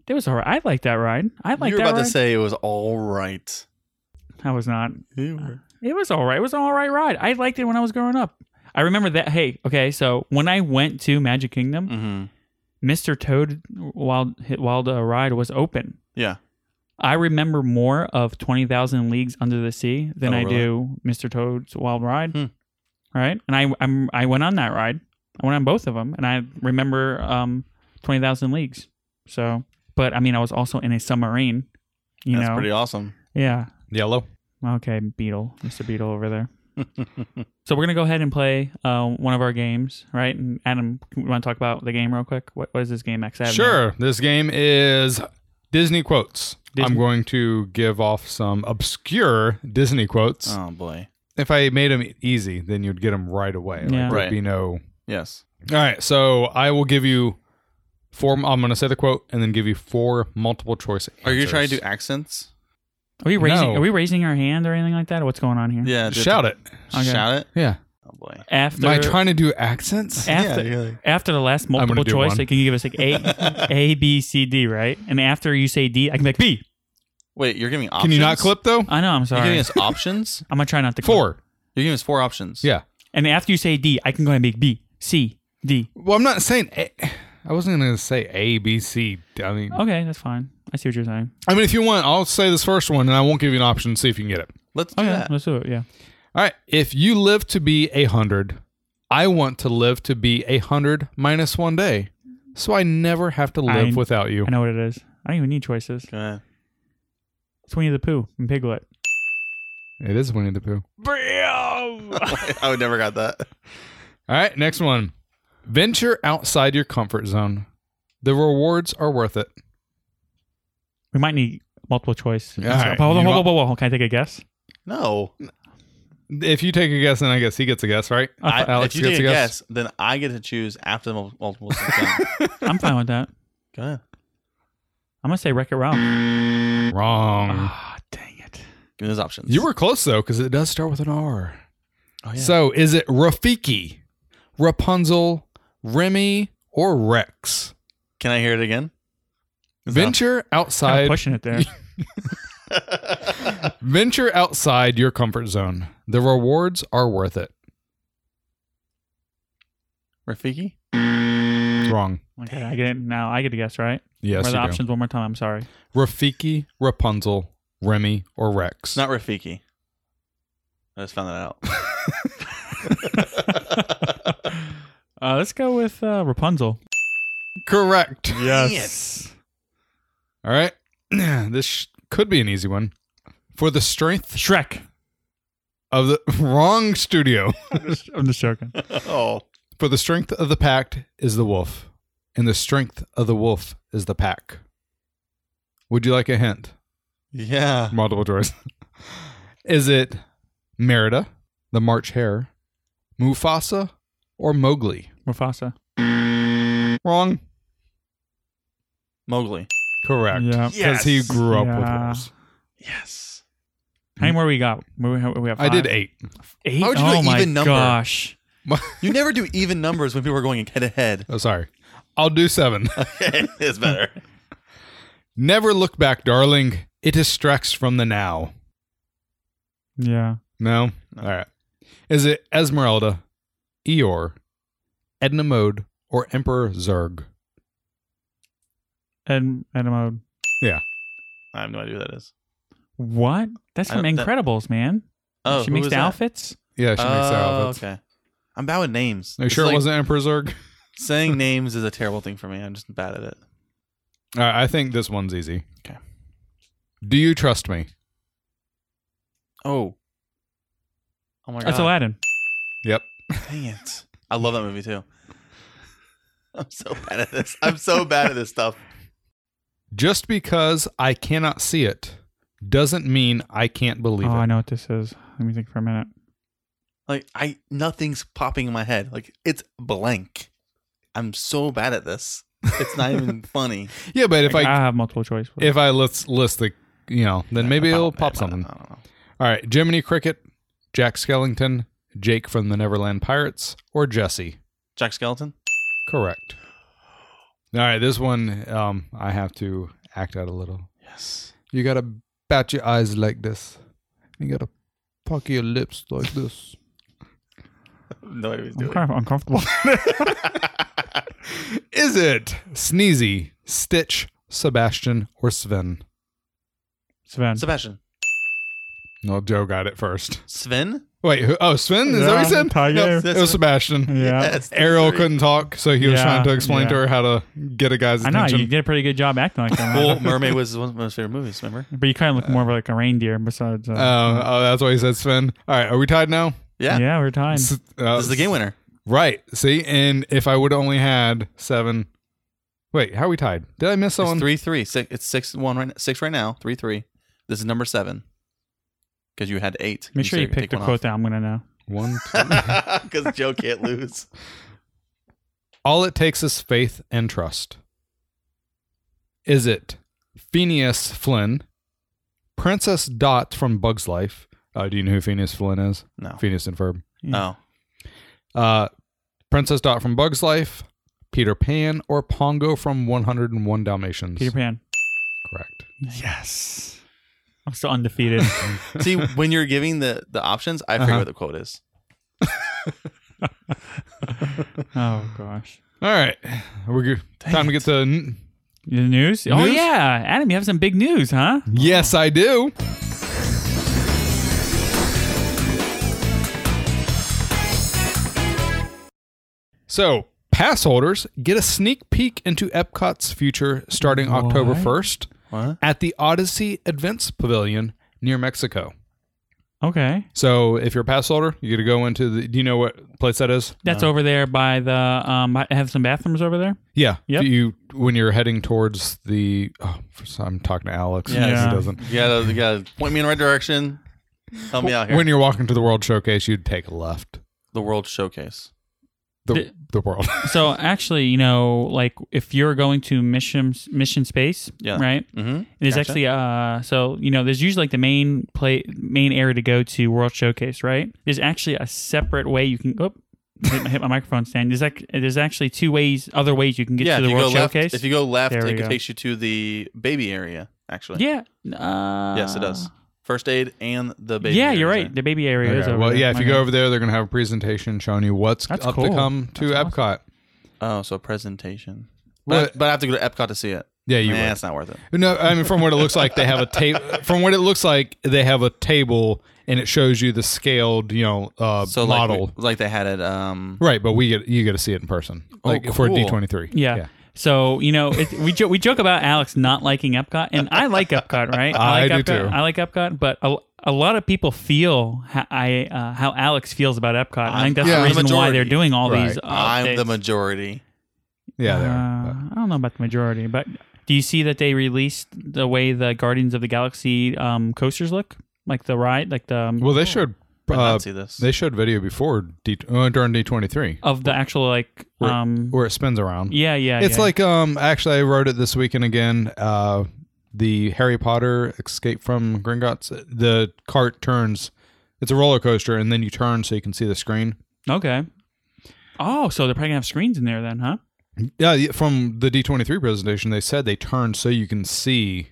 Speaker 1: it was all right. I liked that ride. I liked
Speaker 3: you were
Speaker 1: that
Speaker 3: about
Speaker 1: ride.
Speaker 3: to say it was all right.
Speaker 1: I was not.
Speaker 3: You were.
Speaker 1: It was all right. It was an all right ride. I liked it when I was growing up. I remember that. Hey, okay, so when I went to Magic Kingdom,
Speaker 3: Mm-hmm.
Speaker 1: Mr. Toad Wild Wild uh, Ride was open.
Speaker 3: Yeah.
Speaker 1: I remember more of Twenty Thousand Leagues Under the Sea than
Speaker 3: Oh,
Speaker 1: I
Speaker 3: really?
Speaker 1: do Mr. Toad's Wild Ride.
Speaker 3: Hmm.
Speaker 1: Right, and I I'm, I went on that ride. I went on both of them, and I remember um, Twenty Thousand Leagues. So, but I mean, I was also in a submarine. You
Speaker 3: That's
Speaker 1: know,
Speaker 3: pretty awesome.
Speaker 1: yeah.
Speaker 4: Yellow.
Speaker 1: Okay, Beetle, Mr. Beetle over there. so we're gonna go ahead and play uh, one of our games, right? And Adam, you want to talk about the game real quick? What, what is this game, X? I haven't-
Speaker 4: Sure. This game is Disney quotes. I'm
Speaker 1: Disney-
Speaker 4: going to give off some obscure Disney quotes.
Speaker 3: Oh boy.
Speaker 4: If I made them easy, then you'd get them right away. Like,
Speaker 1: Yeah.
Speaker 4: there'd
Speaker 3: Right.
Speaker 4: be no.
Speaker 3: Yes.
Speaker 4: All right. So I will give you four. I'm going to say the quote and then give you four multiple choice. Answers.
Speaker 3: Are you trying to do accents?
Speaker 1: Are we raising?
Speaker 4: No.
Speaker 1: Are we raising our hand or anything like that? Or what's going on here?
Speaker 3: Yeah. just-
Speaker 4: shout it?
Speaker 1: Okay.
Speaker 3: Shout it.
Speaker 4: Yeah.
Speaker 3: Oh boy.
Speaker 1: After
Speaker 4: Am I trying to do accents?
Speaker 1: after,
Speaker 3: Yeah, you're like-
Speaker 1: after the last multiple
Speaker 4: do
Speaker 1: choice,
Speaker 4: one.
Speaker 1: like, can you give us like A, A, B, C, D, right? And after you say D, I can be like B.
Speaker 3: Wait, you're giving options. Uh,
Speaker 4: Can you not clip though?
Speaker 1: I know. I'm
Speaker 3: You're
Speaker 1: sorry.
Speaker 3: giving us options.
Speaker 1: I'm gonna try not to. clip.
Speaker 4: Four.
Speaker 3: You're giving us four options.
Speaker 4: Yeah.
Speaker 1: And after you say D, I can go ahead and make B, C, D.
Speaker 4: Well, I'm not saying. A- I wasn't going to say A, B, C. I mean,
Speaker 1: Okay, that's fine. I see what you're saying.
Speaker 4: I mean, if you want, I'll say this first one, and I won't give you an option. and See if you can get it.
Speaker 3: Let's do
Speaker 1: Okay,
Speaker 3: that.
Speaker 1: let's do it. Oh, Yeah.
Speaker 4: All right. If you live to be a hundred, I want to live to be a hundred minus one day, so I never have to live
Speaker 1: I-
Speaker 4: without you.
Speaker 1: I know what it is. I don't even need choices.
Speaker 3: Go ahead.
Speaker 1: It's Winnie the Pooh and Piglet.
Speaker 4: It is Winnie the Pooh.
Speaker 3: I would never got that.
Speaker 4: All right. Next one. Venture outside your comfort zone. The rewards are worth it.
Speaker 1: We might need multiple choice.
Speaker 4: All right.
Speaker 1: Hold on,
Speaker 4: You
Speaker 1: hold on,
Speaker 4: want-
Speaker 1: hold on. Can I take a guess?
Speaker 3: No.
Speaker 4: If you take a guess, then I guess he gets a guess, right?
Speaker 3: I,
Speaker 4: Alex
Speaker 3: if you
Speaker 4: gets
Speaker 3: take a
Speaker 4: a
Speaker 3: guess, then I get to choose after the mul- multiple. choice.
Speaker 1: I'm fine with that.
Speaker 3: Go ahead.
Speaker 1: I'm gonna say Wreck It Ralph.
Speaker 4: Wrong.
Speaker 1: Ah, dang it.
Speaker 3: Give us options.
Speaker 4: You were close though, because it does start with an R.
Speaker 3: Oh, yeah.
Speaker 4: So is it Rafiki, Rapunzel, Remy, or Rex?
Speaker 3: Can I hear it again? Is that-
Speaker 4: Venture
Speaker 1: Kind of
Speaker 4: outside
Speaker 1: pushing it there.
Speaker 4: venture outside your comfort zone. The rewards are worth it.
Speaker 3: Rafiki. Mm.
Speaker 4: Wrong.
Speaker 1: Okay, I get it. Now I get to guess, right?
Speaker 4: Yes,
Speaker 1: What are
Speaker 4: you
Speaker 1: the
Speaker 4: do.
Speaker 1: options one more time? I'm sorry.
Speaker 4: Rafiki, Rapunzel, Remy, or Rex.
Speaker 3: It's not Rafiki. I just found that out.
Speaker 1: Uh, let's go with uh, Rapunzel.
Speaker 4: Correct.
Speaker 1: Yes.
Speaker 4: All right. this sh- could be an easy one. For the strength
Speaker 1: Shrek.
Speaker 4: of the wrong studio.
Speaker 1: I'm just joking.
Speaker 3: oh,
Speaker 4: For the strength of the pack is the wolf, and the strength of the wolf is the pack. Would you like a hint?
Speaker 3: yeah.
Speaker 4: Multiple choice. is it Merida, the March Hare, Mufasa, or Mowgli?
Speaker 1: Mufasa.
Speaker 4: Wrong.
Speaker 3: Mowgli.
Speaker 4: Correct.
Speaker 1: Yeah.
Speaker 4: Because he
Speaker 3: Yes.
Speaker 4: grew up with
Speaker 1: Yeah.
Speaker 4: wolves.
Speaker 3: Yes.
Speaker 1: How many more we got? We we have, we have
Speaker 4: I did
Speaker 1: five?
Speaker 4: eight.
Speaker 1: Eight?
Speaker 3: How would you do
Speaker 1: oh
Speaker 3: an
Speaker 1: my
Speaker 3: even number?
Speaker 1: gosh.
Speaker 3: You never do even numbers when people are going head to head.
Speaker 4: Oh, sorry. I'll do seven.
Speaker 3: it's better.
Speaker 4: Never look back, darling. It distracts from the now.
Speaker 1: Yeah.
Speaker 4: No? All right. Is it Esmeralda, Eeyore, Edna Mode, or Emperor Zurg?
Speaker 1: And and mode.
Speaker 3: I have no idea who that is.
Speaker 1: What? That's
Speaker 3: I
Speaker 1: from
Speaker 3: don't- that- Oh,
Speaker 1: Incredibles, man. she
Speaker 3: who
Speaker 1: makes
Speaker 3: was
Speaker 1: the
Speaker 3: that?
Speaker 1: outfits.
Speaker 4: Yeah, she makes that
Speaker 3: Oh,
Speaker 4: outfits.
Speaker 3: okay. I'm bad with names.
Speaker 4: Are you
Speaker 3: It's
Speaker 4: sure
Speaker 3: like-
Speaker 4: it wasn't Emperor Zurg?
Speaker 3: Saying names is a terrible thing for me. I'm just bad at it.
Speaker 4: All right, I think this one's easy.
Speaker 3: Okay.
Speaker 4: Do you trust me?
Speaker 3: Oh. Oh my god.
Speaker 1: That's Aladdin.
Speaker 4: Yep.
Speaker 3: Dang it. I love that movie too. I'm so bad at this. I'm so bad at this stuff.
Speaker 4: Just because I cannot see it doesn't mean I can't believe
Speaker 1: oh,
Speaker 4: it.
Speaker 1: I know what this is. Let me think for a minute.
Speaker 3: Like I nothing's popping in my head. Like it's blank. I'm so bad at this. It's not even funny.
Speaker 4: Yeah, but if
Speaker 1: Like,
Speaker 4: I
Speaker 1: I have multiple choice.
Speaker 4: if I list list the you know, then maybe it'll pop something.
Speaker 3: I don't know.
Speaker 4: All right, Jiminy Cricket, Jack Skellington, Jake from the Neverland Pirates, or Jesse.
Speaker 3: Jack Skeleton?
Speaker 4: Correct. All right, this one um, I have to act out a little.
Speaker 3: Yes.
Speaker 4: You gotta bat your eyes like this. You gotta puck your lips like this.
Speaker 3: No idea what he's
Speaker 1: I'm
Speaker 3: doing.
Speaker 1: kind of uncomfortable.
Speaker 4: Is it Sneezy, Stitch, Sebastian, or Sven?
Speaker 1: Sven.
Speaker 3: Sebastian.
Speaker 4: No, Joe got it first.
Speaker 3: Sven?
Speaker 4: Wait, who, oh Sven? Is that what
Speaker 1: Yeah,
Speaker 4: he said?
Speaker 1: Tiger.
Speaker 4: Nope, it was Sebastian.
Speaker 1: Yeah.
Speaker 3: Yes, the
Speaker 4: Ariel
Speaker 3: three.
Speaker 4: couldn't talk, so he was
Speaker 1: Yeah,
Speaker 4: trying to explain to
Speaker 1: yeah.
Speaker 4: her how to get a guy's
Speaker 1: I know.
Speaker 4: attention.
Speaker 1: You did a pretty good job acting like that.
Speaker 3: Well, Mermaid was one of my favorite movies, remember?
Speaker 1: but you kind of look more of like a reindeer besides. Uh,
Speaker 4: Uh, oh, that's why he said Sven. All right, are we tied now?
Speaker 3: Yeah.
Speaker 1: yeah. we're tied.
Speaker 4: S- uh,
Speaker 3: This is the game winner.
Speaker 4: Right. See, and if I would only had seven. Wait, how are we tied? Did I miss someone?
Speaker 3: It's three three. Six, it's six one right six right now. Three three. This is number seven. Because you had eight.
Speaker 1: Make sure you pick the quote that I'm going to know.
Speaker 4: One. Two.
Speaker 3: Because Joe can't lose.
Speaker 4: All it takes is faith and trust. Is it Phineas Flynn, Princess Dot from Bug's Life? Uh, do you know who Phineas Flynn is?
Speaker 3: No.
Speaker 4: Phineas and Ferb.
Speaker 3: Oh.
Speaker 4: Uh, Princess Dot from Bug's Life, Peter Pan, or Pongo from 101 Dalmatians?
Speaker 1: Peter Pan.
Speaker 4: Correct.
Speaker 1: Yes. I'm still undefeated.
Speaker 3: See, when you're giving the, the options, I figure
Speaker 4: Uh-huh.
Speaker 3: what the quote is.
Speaker 1: oh, gosh.
Speaker 4: All right. We're good. Time to get to. n-
Speaker 1: The news? Oh,
Speaker 4: News?
Speaker 1: yeah. Adam, you have some big news, huh?
Speaker 4: Yes, I do. So, pass holders get a sneak peek into Epcot's future starting October
Speaker 1: What?
Speaker 4: 1st
Speaker 3: What?
Speaker 4: at the Odyssey Events Pavilion near Mexico.
Speaker 1: Okay.
Speaker 4: So, if you're a pass holder, you get to go into the. Do you know what place that is?
Speaker 1: That's over there by the. um. I have some bathrooms over there.
Speaker 4: Yeah.
Speaker 1: Yep.
Speaker 4: Do you when you're heading towards the. Oh, for some- I'm talking to Alex.
Speaker 3: Yeah.
Speaker 4: He
Speaker 1: Yeah.
Speaker 4: doesn't.
Speaker 3: You gotta, you gotta point me in the right direction. Help me out here.
Speaker 4: When you're walking to the World Showcase, you'd take a left.
Speaker 3: the World Showcase.
Speaker 4: the,
Speaker 1: The-
Speaker 4: the world.
Speaker 1: So actually, you know, like if you're going to mission mission space,
Speaker 3: Yeah.
Speaker 1: right?
Speaker 3: Mm-hmm.
Speaker 1: There's
Speaker 3: Gotcha.
Speaker 1: actually uh so you know there's usually like the main play main area to go to World Showcase, right? There's actually a separate way you can. Oh, hit, my- hit my microphone stand. There's like there's actually two ways, other ways you can get
Speaker 3: yeah,
Speaker 1: to
Speaker 3: if
Speaker 1: the
Speaker 3: you
Speaker 1: World
Speaker 3: go left,
Speaker 1: Showcase.
Speaker 3: if you go left,
Speaker 1: There we
Speaker 3: it
Speaker 1: go.
Speaker 3: takes you to the baby area. Actually,
Speaker 1: yeah. Uh,
Speaker 3: yes, it does. First aid and the baby.
Speaker 1: yeah,
Speaker 3: area
Speaker 1: you're
Speaker 3: is
Speaker 1: right.
Speaker 3: there.
Speaker 1: The baby area is
Speaker 4: Okay,
Speaker 1: over.
Speaker 4: well,
Speaker 1: there.
Speaker 4: yeah, if
Speaker 1: My
Speaker 4: you go
Speaker 1: bad.
Speaker 4: over there, they're going to have a presentation showing you what's
Speaker 1: That's
Speaker 4: up
Speaker 1: cool.
Speaker 4: to come to
Speaker 1: That's
Speaker 4: Epcot.
Speaker 3: Oh, so a presentation.
Speaker 4: Well-
Speaker 3: But, but I have to go to Epcot to see it.
Speaker 4: Yeah, you
Speaker 3: nah,
Speaker 4: would.
Speaker 3: it's not worth it.
Speaker 4: No, I mean from what it looks like, they have a table. From what it looks like, they have a table and it shows you the scaled, you know, uh,
Speaker 3: so like we-
Speaker 4: model.
Speaker 3: Like, they had it. Um,
Speaker 4: right, but we get you get to see it in person,
Speaker 3: Oh,
Speaker 4: like for
Speaker 3: cool.
Speaker 4: D twenty three.
Speaker 1: Yeah. So you know, it, we jo- we joke about Alex not liking Epcot, and I like Epcot, right?
Speaker 4: I
Speaker 1: like
Speaker 4: do
Speaker 1: Epcot,
Speaker 4: too.
Speaker 1: I like Epcot, but a, a lot of people feel how, I uh, how Alex feels about Epcot. I think that's the
Speaker 3: I'm the
Speaker 1: reason why
Speaker 3: majority.
Speaker 1: they're doing all these.
Speaker 4: Right.
Speaker 3: I'm the
Speaker 1: updates.
Speaker 3: majority.
Speaker 4: yeah, they
Speaker 1: Uh,
Speaker 4: are.
Speaker 1: I don't know about the majority, but do you see that they released the way the Guardians of the Galaxy um, coasters look, like the ride, like the um,
Speaker 4: Well, they showed
Speaker 3: I did
Speaker 4: uh,
Speaker 3: not see this.
Speaker 4: they showed video before D uh, during D twenty three
Speaker 1: of the actual like
Speaker 4: Right.
Speaker 1: um,
Speaker 4: where it spins around.
Speaker 1: yeah, yeah.
Speaker 4: it's
Speaker 1: yeah.
Speaker 4: like um actually I wrote it this weekend again. Uh, the Harry Potter Escape from Gringotts. The cart turns. It's a roller coaster, and then you turn so you can see the screen.
Speaker 1: okay. Oh, so they're probably gonna have screens in there then, huh?
Speaker 4: Yeah, yeah, from the D twenty three presentation, they said they turn so you can see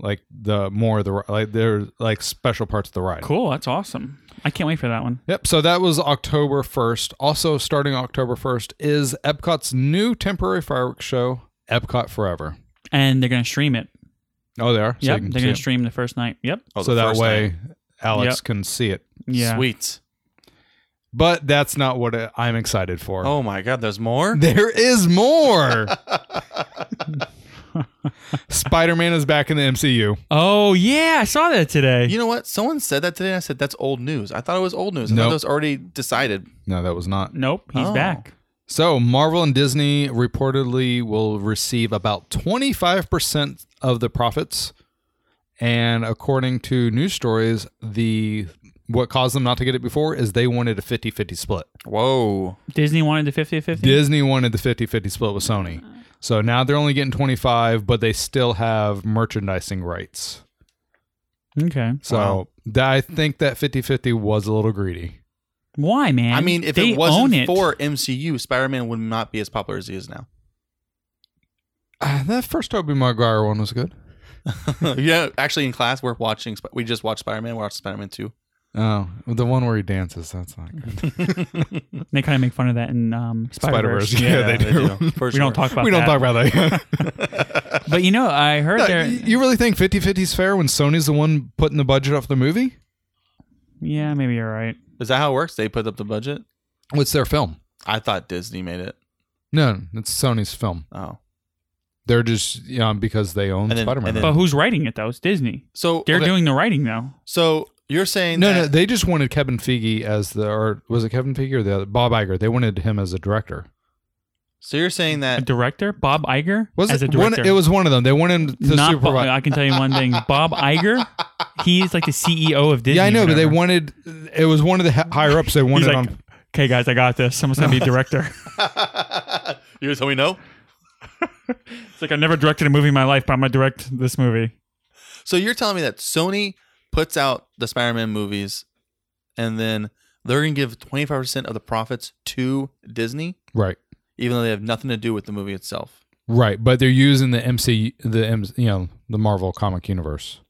Speaker 4: like the more of the ri- like they're like special parts of the ride.
Speaker 1: Cool, that's awesome. I can't wait for that one.
Speaker 4: Yep. So that was October first. Also, starting October first is Epcot's new temporary fireworks show, Epcot Forever.
Speaker 1: And they're gonna stream it.
Speaker 4: Oh, they are. So
Speaker 1: yep,
Speaker 4: you can
Speaker 1: they're
Speaker 4: see
Speaker 1: gonna
Speaker 4: it.
Speaker 1: stream the first night. Yep.
Speaker 3: Oh,
Speaker 4: so
Speaker 3: the
Speaker 4: that
Speaker 3: first
Speaker 4: way
Speaker 3: night.
Speaker 4: Alex
Speaker 1: Yep.
Speaker 4: can see it.
Speaker 1: Yeah.
Speaker 3: Sweet.
Speaker 4: But that's not what I- I'm excited for.
Speaker 3: Oh my God, there's more.
Speaker 4: There is more. Spider Man is back in the MCU.
Speaker 1: Oh yeah, I saw that today.
Speaker 3: You know what? Someone said that today. and I said that's old news. I thought it was old news. I thought
Speaker 4: Nope.
Speaker 3: it was already decided.
Speaker 4: No, that was not.
Speaker 1: nope, he's
Speaker 3: Oh.
Speaker 1: back.
Speaker 4: So, Marvel and Disney reportedly will receive about 25% of the profits. And according to news stories, the what caused them not to get it before is they wanted a 50-50 split.
Speaker 3: Whoa.
Speaker 1: Disney wanted the 50 50.
Speaker 4: Disney Uh-huh. wanted the 50-50 split with Sony. So now they're only getting 25, but they still have merchandising rights.
Speaker 1: okay.
Speaker 4: So
Speaker 3: Wow.
Speaker 4: th- I think that 50-50 was a little greedy.
Speaker 1: Why, man?
Speaker 3: I mean, if
Speaker 1: they
Speaker 3: it wasn't
Speaker 1: own it,
Speaker 3: for MCU, Spider-Man would not be as popular as he is now.
Speaker 4: Uh, that first Tobey Maguire one was good.
Speaker 3: yeah, actually, in class, we're watching. Sp- We just watched Spider-Man. We're watching Spider-Man Two.
Speaker 4: Oh, the one where he dances. That's not good.
Speaker 1: they kind of make fun of that in um, Spider
Speaker 4: Spider-Verse.
Speaker 1: Verse.
Speaker 4: Yeah, they do.
Speaker 3: For
Speaker 1: We don't
Speaker 3: sure.
Speaker 1: talk about
Speaker 4: we don't
Speaker 1: that.
Speaker 4: talk about that.
Speaker 1: But you know, I heard
Speaker 4: No,
Speaker 1: there.
Speaker 4: y- you really think 50 50 is fair when Sony's the one putting the budget off the movie?
Speaker 1: Yeah, maybe you're right.
Speaker 3: Is that how it works? They put up the budget.
Speaker 4: What's their film?
Speaker 3: I thought Disney made it.
Speaker 4: No, it's Sony's film.
Speaker 3: Oh,
Speaker 4: They're just, you know, because they own
Speaker 3: And then-
Speaker 4: Spider Man.
Speaker 3: and then-
Speaker 1: But who's writing it though? It's Disney.
Speaker 3: so
Speaker 1: They're
Speaker 3: okay,
Speaker 1: doing the writing though.
Speaker 3: So you're saying
Speaker 4: No,
Speaker 3: that-
Speaker 4: no, they just wanted Kevin Feige as the, or was it Kevin Feige or the other? Bob Iger. They wanted him as a director.
Speaker 3: so you're saying
Speaker 1: A
Speaker 3: that
Speaker 1: director, Bob Iger,
Speaker 4: Was
Speaker 1: as
Speaker 4: it
Speaker 1: a director.
Speaker 4: One, it was one of them. They wanted him to
Speaker 1: not. Bo-
Speaker 4: supervise.
Speaker 1: I can tell you one thing. Bob Iger, he's like the CEO of Disney.
Speaker 4: yeah, I know, but they
Speaker 1: whatever.
Speaker 4: wanted. It was one of the hi- higher ups. They wanted
Speaker 1: He's like,
Speaker 4: on.
Speaker 1: okay, guys, I got this. Someone's gonna be director.
Speaker 3: you're telling me no.
Speaker 1: it's like I've never directed a movie in my life, but I'm gonna direct this movie.
Speaker 3: So you're telling me that Sony puts out the Spider-Man movies, and then they're gonna give 25 percent of the profits to Disney,
Speaker 4: Right,
Speaker 3: even though they have nothing to do with the movie itself.
Speaker 4: right, but they're using the MC, the M, you know, the Marvel comic universe.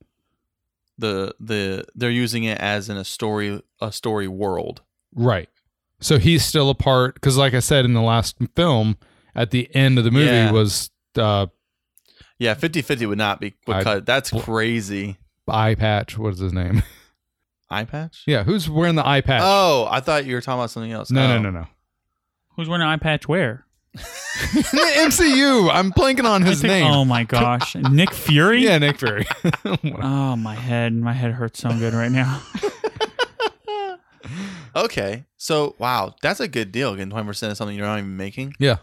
Speaker 3: The the they're using it as in a story a story world.
Speaker 4: Right. So he's still a part because, like I said in the last film, at the end of the movie
Speaker 3: Yeah.
Speaker 4: was uh,
Speaker 3: Yeah, 50-50 would not be would
Speaker 4: I-
Speaker 3: cut. That's crazy.
Speaker 4: eye patch. What is his name?
Speaker 3: Eye patch.
Speaker 4: yeah, who's wearing the eye patch?
Speaker 3: Oh, I thought you were talking about something else.
Speaker 4: no,
Speaker 3: Oh.
Speaker 4: no, no, no.
Speaker 1: Who's wearing an eye patch? Where?
Speaker 4: In the MCU. I'm blanking on his
Speaker 1: I think-
Speaker 4: name.
Speaker 1: Oh my gosh, Nick Fury.
Speaker 4: yeah, Nick Fury.
Speaker 1: Oh my head, my head hurts so good right now.
Speaker 3: Okay, so wow, that's a good deal. Getting twenty percent of something you're not even making.
Speaker 4: yeah.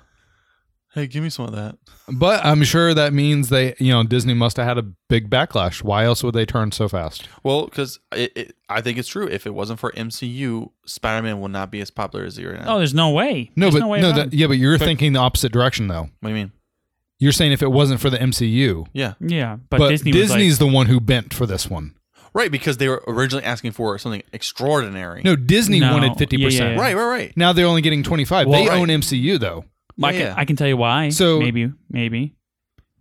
Speaker 3: Hey, give me some of that.
Speaker 4: But I'm sure that means they, you know, Disney must have had a big backlash. Why else would they turn so fast?
Speaker 3: Well, because it, it, I think it's true. If it wasn't for MCU, Spider Man would not be as popular as he is now.
Speaker 1: Oh, there's no way.
Speaker 4: No,
Speaker 1: There's
Speaker 4: but
Speaker 1: way
Speaker 4: no,
Speaker 1: about
Speaker 4: that,
Speaker 1: it.
Speaker 4: yeah, but you're thinking the opposite direction though.
Speaker 3: what do you mean?
Speaker 4: You're saying if it wasn't for the MCU,
Speaker 3: Yeah,
Speaker 1: yeah, but,
Speaker 4: but,
Speaker 1: Disney was like-
Speaker 4: Disney's the one who bent for this one.
Speaker 3: right. Because they were originally asking for something extraordinary.
Speaker 4: No, Disney
Speaker 1: No,
Speaker 4: wanted 50%.
Speaker 1: yeah, yeah, yeah.
Speaker 3: right, right, right.
Speaker 4: Now they're only getting 25.
Speaker 1: Well,
Speaker 4: they
Speaker 3: right.
Speaker 4: own MCU though.
Speaker 1: I,
Speaker 3: Yeah,
Speaker 1: can,
Speaker 3: yeah.
Speaker 1: I can tell you why.
Speaker 4: So-
Speaker 1: maybe, maybe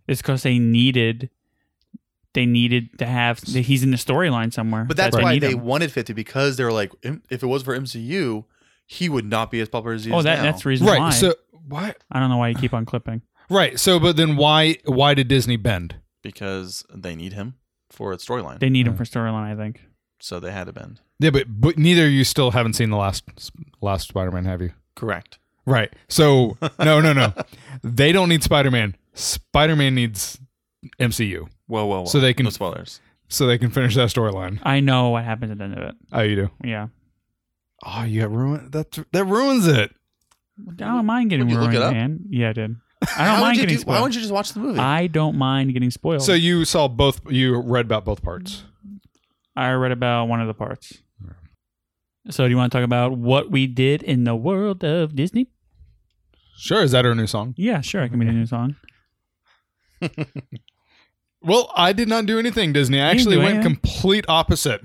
Speaker 1: it's because they needed, they needed to have. He's in the storyline somewhere.
Speaker 3: But that's
Speaker 1: that
Speaker 3: why
Speaker 1: need
Speaker 3: they
Speaker 1: him.
Speaker 3: wanted fifty because they were like, "Im- if it was for MCU, he would not be as popular as he
Speaker 1: Oh,
Speaker 3: is
Speaker 1: that,
Speaker 3: now.
Speaker 1: that's the reason
Speaker 4: right.
Speaker 1: why.
Speaker 4: So why
Speaker 1: I don't know why you keep on clipping.
Speaker 4: Right. So but then why why did Disney bend?
Speaker 3: because they need him for the storyline,
Speaker 1: They need him for storyline. I think.
Speaker 3: so they had to bend.
Speaker 4: Yeah, but but neither of you still haven't seen the last last Spider-Man, have you?
Speaker 3: Correct.
Speaker 4: Right. So no, no, no. they don't need Spider-Man. Spider-Man needs MCU,
Speaker 3: Whoa, whoa, whoa.
Speaker 4: So they can-
Speaker 3: no spoilers.
Speaker 4: so they can finish that storyline.
Speaker 1: I know what happens at the end of it.
Speaker 4: Oh, you do.
Speaker 1: Yeah.
Speaker 4: Oh, you got ruined. That that ruins it.
Speaker 1: I don't mind getting
Speaker 3: Would you look
Speaker 1: ruined,
Speaker 3: it up?
Speaker 1: man. Yeah, I did. I
Speaker 3: How
Speaker 1: don't
Speaker 3: would
Speaker 1: mind
Speaker 3: you
Speaker 1: getting
Speaker 3: do-
Speaker 1: spoiled.
Speaker 3: Why don't you just watch the movie?
Speaker 1: I don't mind getting spoiled.
Speaker 4: So you saw both. You read about both parts.
Speaker 1: I read about one of the parts. So do you want to talk about what we did in the world of Disney?
Speaker 4: Sure. Is that our new song?
Speaker 1: Yeah, sure. I can be a new song.
Speaker 4: Well, I did not do anything, Disney. I
Speaker 1: You didn't
Speaker 4: actually
Speaker 1: do
Speaker 4: went
Speaker 1: anything.
Speaker 4: complete opposite.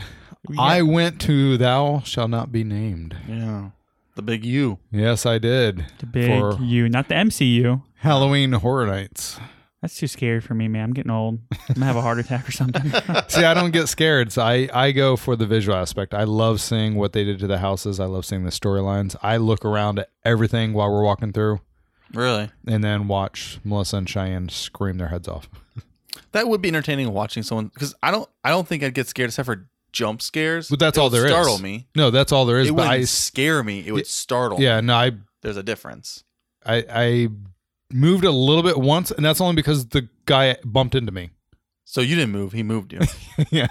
Speaker 4: I went to Thou Shall Not Be Named.
Speaker 3: yeah. The big U.
Speaker 4: Yes, I did.
Speaker 1: The big
Speaker 4: For
Speaker 1: U, not the MCU.
Speaker 4: Halloween Horror Nights.
Speaker 1: That's too scary for me, man. I'm getting old. I'm gonna have a heart attack or something.
Speaker 4: See, I don't get scared. So I, I go for the visual aspect. I love seeing what they did to the houses. I love seeing the storylines. I look around at everything while we're walking through
Speaker 3: Really?
Speaker 4: and then watch Melissa and Cheyenne scream their heads off.
Speaker 3: That would be entertaining watching someone because I don't. I don't think I'd get scared except for jump scares.
Speaker 4: But that's all
Speaker 3: would
Speaker 4: there is.
Speaker 3: startle me.
Speaker 4: No, that's all there is.
Speaker 3: It
Speaker 4: but
Speaker 3: wouldn't
Speaker 4: I,
Speaker 3: scare me. It would startle. me.
Speaker 4: yeah, no, I,
Speaker 3: There's a difference.
Speaker 4: I, I moved a little bit once, and that's only because the guy bumped into me.
Speaker 3: So you didn't move. He moved you.
Speaker 4: yeah.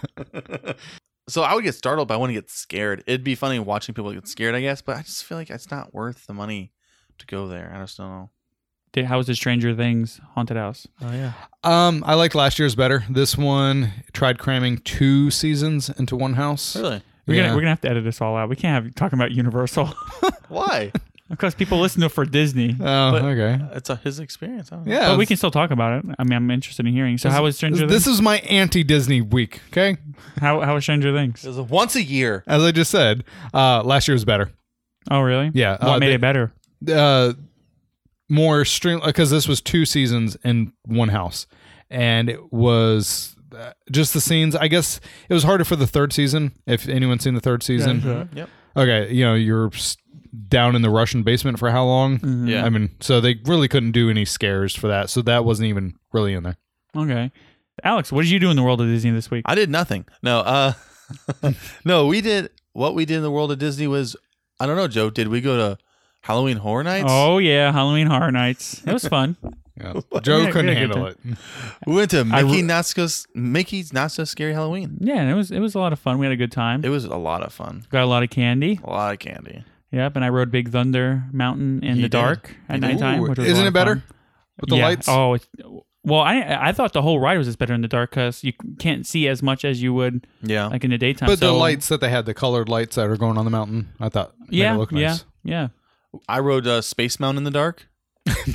Speaker 3: so I would get startled, but I wouldn't get scared. It'd be funny watching people get scared, I guess. But I just feel like it's not worth the money to go there. I just don't know.
Speaker 1: Did- How was the Stranger Things haunted house?
Speaker 3: Oh yeah.
Speaker 4: Um, I liked last year's better. This one tried cramming two seasons into one house.
Speaker 3: Really?
Speaker 1: We're
Speaker 4: Yeah.
Speaker 1: gonna we're gonna have to edit this all out. We can't have talking about Universal
Speaker 3: Why?
Speaker 1: because people listen to it for Disney.
Speaker 4: Oh,
Speaker 3: But-
Speaker 4: okay.
Speaker 3: it's a, his experience. I don't know.
Speaker 4: Yeah.
Speaker 1: But we can still talk about it. I mean, I'm interested in hearing. So how was Stranger
Speaker 4: This
Speaker 1: Things?
Speaker 4: is my anti Disney week. Okay.
Speaker 1: How how was Stranger Things?
Speaker 3: It was a once a year.
Speaker 4: As I just said, uh, last year was better.
Speaker 1: Oh really?
Speaker 4: Yeah,
Speaker 1: What
Speaker 4: uh,
Speaker 1: made
Speaker 4: they-
Speaker 1: it better?
Speaker 4: Uh, more stream because this was two seasons in one house, and it was uh, just the scenes. I guess it was harder for the third season. If anyone's seen the third season,
Speaker 3: Yep.
Speaker 4: okay, you know you're s- down in the Russian basement for how long?
Speaker 1: Mm-hmm.
Speaker 3: Yeah.
Speaker 4: I mean, so they really couldn't do any scares for that. So that wasn't even really in there.
Speaker 1: Okay. Alex, what did you do in the world of Disney this week?
Speaker 3: I did nothing. No, uh No, we did what we did in the world of Disney was I don't know, Joe, did we go to Halloween Horror Nights?
Speaker 1: Oh yeah, Halloween Horror Nights. It was fun.
Speaker 4: Yeah. Joe
Speaker 1: Yeah,
Speaker 4: couldn't
Speaker 1: yeah,
Speaker 4: handle
Speaker 1: good
Speaker 4: it.
Speaker 3: We went to
Speaker 1: I
Speaker 3: Mickey
Speaker 1: re-
Speaker 3: Not So Mickey's Not So Scary Halloween.
Speaker 1: yeah, it was it was a lot of fun. We had a good time.
Speaker 3: It was a lot of fun.
Speaker 1: Got a lot of candy.
Speaker 3: A lot of candy.
Speaker 1: Yep, and I rode Big Thunder Mountain in
Speaker 3: You
Speaker 1: the
Speaker 3: did.
Speaker 1: dark
Speaker 3: You
Speaker 1: at
Speaker 3: did.
Speaker 1: nighttime.
Speaker 4: Ooh,
Speaker 1: Which was a
Speaker 4: isn't
Speaker 1: lot
Speaker 4: it
Speaker 1: of
Speaker 4: better
Speaker 1: fun.
Speaker 4: with the
Speaker 1: Yeah.
Speaker 4: lights?
Speaker 1: Oh, it's, well, I I thought the whole ride was just better in the dark because you can't see as much as you would
Speaker 3: Yeah.
Speaker 1: like in the daytime.
Speaker 4: Oh. But the
Speaker 1: So-
Speaker 4: lights that they had, the colored lights that are going on the mountain, I thought made
Speaker 1: yeah,
Speaker 4: it look
Speaker 1: yeah,
Speaker 4: nice.
Speaker 1: yeah.
Speaker 3: I rode uh, Space Mountain in the dark.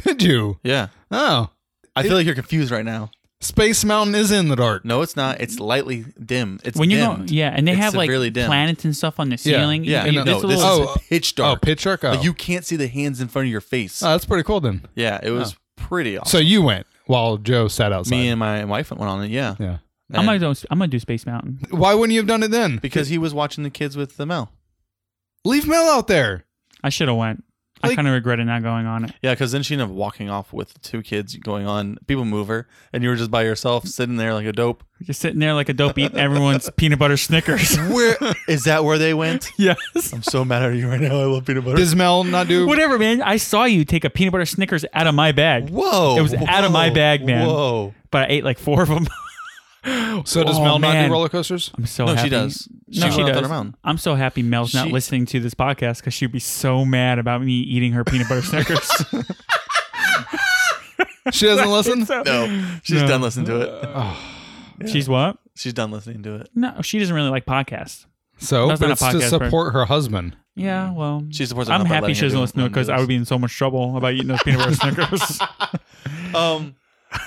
Speaker 4: Did you?
Speaker 3: Yeah.
Speaker 4: Oh,
Speaker 3: I feel like you're confused right now.
Speaker 4: Space Mountain is in the dark.
Speaker 3: No, it's not. It's lightly dim. It's
Speaker 1: When you go,
Speaker 3: dimmed.
Speaker 1: yeah, and they
Speaker 3: It's
Speaker 1: have like
Speaker 3: severely dimmed.
Speaker 1: planets and stuff on the
Speaker 4: Yeah,
Speaker 1: ceiling.
Speaker 3: Yeah,
Speaker 1: You-
Speaker 3: you
Speaker 1: you-
Speaker 3: no,
Speaker 1: it's a
Speaker 3: this
Speaker 1: little-
Speaker 4: little-
Speaker 3: is pitch dark.
Speaker 4: Oh, pitch dark. Oh.
Speaker 3: Like, you can't see the hands in front of your face.
Speaker 4: oh, that's pretty cool then.
Speaker 3: yeah, it
Speaker 1: oh.
Speaker 3: was pretty awesome.
Speaker 4: So you went while Joe sat outside.
Speaker 3: me and my wife went on it. Yeah,
Speaker 4: yeah.
Speaker 1: I'm gonna
Speaker 3: And-
Speaker 1: go, I'm gonna do Space Mountain.
Speaker 4: Why wouldn't you have done it then?
Speaker 3: because he was watching the kids with the Mel.
Speaker 4: Leave Mel out there.
Speaker 1: I should have went. I
Speaker 4: Like-
Speaker 1: kind of regretted not going on it.
Speaker 3: Yeah, because then she ended up walking off with two kids going on. People move her, and you were just by yourself sitting there like a dope.
Speaker 1: Just sitting there like a dope eating everyone's peanut butter Snickers.
Speaker 3: Where is that? Where they went?
Speaker 1: yes.
Speaker 3: I'm so mad at you right now. I love peanut butter.
Speaker 4: Does Mel not do?
Speaker 1: Whatever, man. I saw you take a peanut butter Snickers out of my bag,
Speaker 3: whoa!
Speaker 1: It was out of my
Speaker 3: whoa,
Speaker 1: bag, man.
Speaker 3: Whoa!
Speaker 1: but I ate like four of them.
Speaker 4: so does
Speaker 1: Oh,
Speaker 4: Mel not
Speaker 1: man.
Speaker 4: do roller coasters?
Speaker 1: I'm so
Speaker 3: No, she
Speaker 1: happy.
Speaker 3: does. She
Speaker 1: No,
Speaker 3: went
Speaker 1: she
Speaker 3: on Thunder
Speaker 1: does.
Speaker 3: Mountain.
Speaker 1: I'm so happy Mel's not
Speaker 3: She-
Speaker 1: listening to this podcast because she'd be so mad about me eating her peanut butter Snickers.
Speaker 4: She doesn't listen. Oh,
Speaker 1: So-
Speaker 3: No, she's
Speaker 1: No.
Speaker 3: done listening to it.
Speaker 1: She's what?
Speaker 3: She's done listening to it.
Speaker 1: No, she doesn't really like podcasts.
Speaker 4: So
Speaker 1: That's not
Speaker 4: but
Speaker 1: a
Speaker 4: it's to
Speaker 1: podcast,
Speaker 4: support her husband.
Speaker 1: Yeah, well,
Speaker 3: Mm. She supports.
Speaker 1: I'm happy she doesn't listen to it because I would be in so much trouble about eating those peanut butter Snickers.
Speaker 3: Um,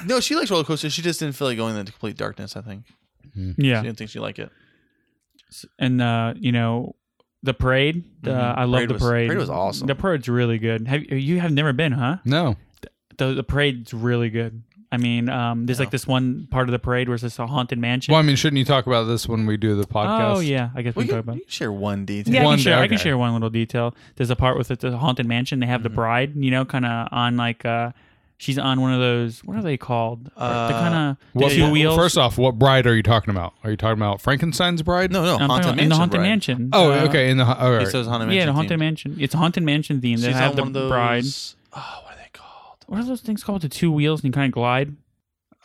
Speaker 3: no, she likes roller coasters. She just didn't feel like going into complete darkness. I think
Speaker 1: Yeah,
Speaker 3: she didn't think she liked it.
Speaker 1: and uh, you know the parade. Uh,
Speaker 3: Mhm.
Speaker 1: I love
Speaker 3: Parade
Speaker 1: the
Speaker 3: was-
Speaker 1: parade.
Speaker 3: parade was awesome.
Speaker 1: The parade's really good. Have you have never been, huh?
Speaker 4: No.
Speaker 1: The the parade's really good. I mean, um, there's like this one part of the parade where it's this haunted mansion.
Speaker 4: Well, I mean, shouldn't you talk about this when we do the podcast?
Speaker 1: oh yeah, I guess we,
Speaker 3: We
Speaker 1: can
Speaker 3: can,
Speaker 1: talk about.
Speaker 3: we can share one detail.
Speaker 1: Yeah, I
Speaker 4: One
Speaker 1: can, share,
Speaker 4: day,
Speaker 1: I can
Speaker 4: okay.
Speaker 3: Mm-hmm.
Speaker 1: share one little detail. There's a part with the- the haunted mansion. They have the bride, you know, kind of on like uh, She's on one of those. What are they called? the
Speaker 3: Uh,
Speaker 1: kind of
Speaker 4: What,
Speaker 1: two wheels.
Speaker 4: First off, what bride are you talking about? Are you talking about Frankenstein's bride?
Speaker 3: No, no,
Speaker 1: No, I'm talking
Speaker 3: haunted
Speaker 1: about in
Speaker 3: mansion.
Speaker 1: the haunted
Speaker 3: Brian.
Speaker 1: mansion.
Speaker 4: Oh,
Speaker 1: Uh,
Speaker 4: okay. In the all
Speaker 3: He
Speaker 4: right.
Speaker 3: says haunted mansion.
Speaker 1: Yeah, the haunted
Speaker 3: theme.
Speaker 1: mansion. It's a haunted mansion theme. They
Speaker 3: She's
Speaker 1: have
Speaker 3: on
Speaker 1: the
Speaker 3: one of those.
Speaker 1: bride.
Speaker 3: Oh, what are they called?
Speaker 1: What are those things called? The two wheels and you kind of glide.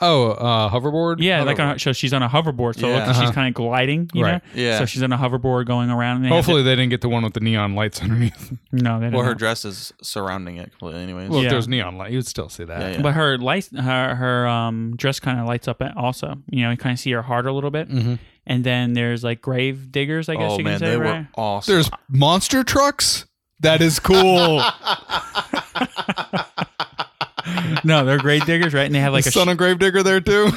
Speaker 4: oh, uh, hoverboard.
Speaker 1: Yeah, like
Speaker 3: Hoverboard.
Speaker 1: on, so she's on a hoverboard. So it
Speaker 3: Yeah.
Speaker 1: looks like she's
Speaker 4: Uh-huh.
Speaker 1: kind of gliding. You
Speaker 4: Right.
Speaker 1: Know?
Speaker 3: Yeah.
Speaker 1: So she's on a hoverboard going around. And they have
Speaker 4: Hopefully they didn't get the one with the neon lights underneath.
Speaker 1: to- no, they don't.
Speaker 3: Well, her
Speaker 1: know.
Speaker 3: dress is surrounding it completely, anyways.
Speaker 4: Well,
Speaker 1: Yeah.
Speaker 4: if there's neon light, you'd still see that.
Speaker 3: Yeah, yeah.
Speaker 1: But her light, her her um dress kind of lights up also. You know, you kind of see her heart a little bit.
Speaker 4: Mhm.
Speaker 1: And then there's like grave diggers, I guess
Speaker 3: Mm.
Speaker 1: you
Speaker 3: oh
Speaker 1: can
Speaker 3: man,
Speaker 1: say,
Speaker 3: they
Speaker 1: right?
Speaker 3: were awesome.
Speaker 4: There's monster trucks. That is cool.
Speaker 1: no, they're grave diggers, right? And they have like a
Speaker 4: Son
Speaker 1: sh-
Speaker 4: of Gravedigger there too.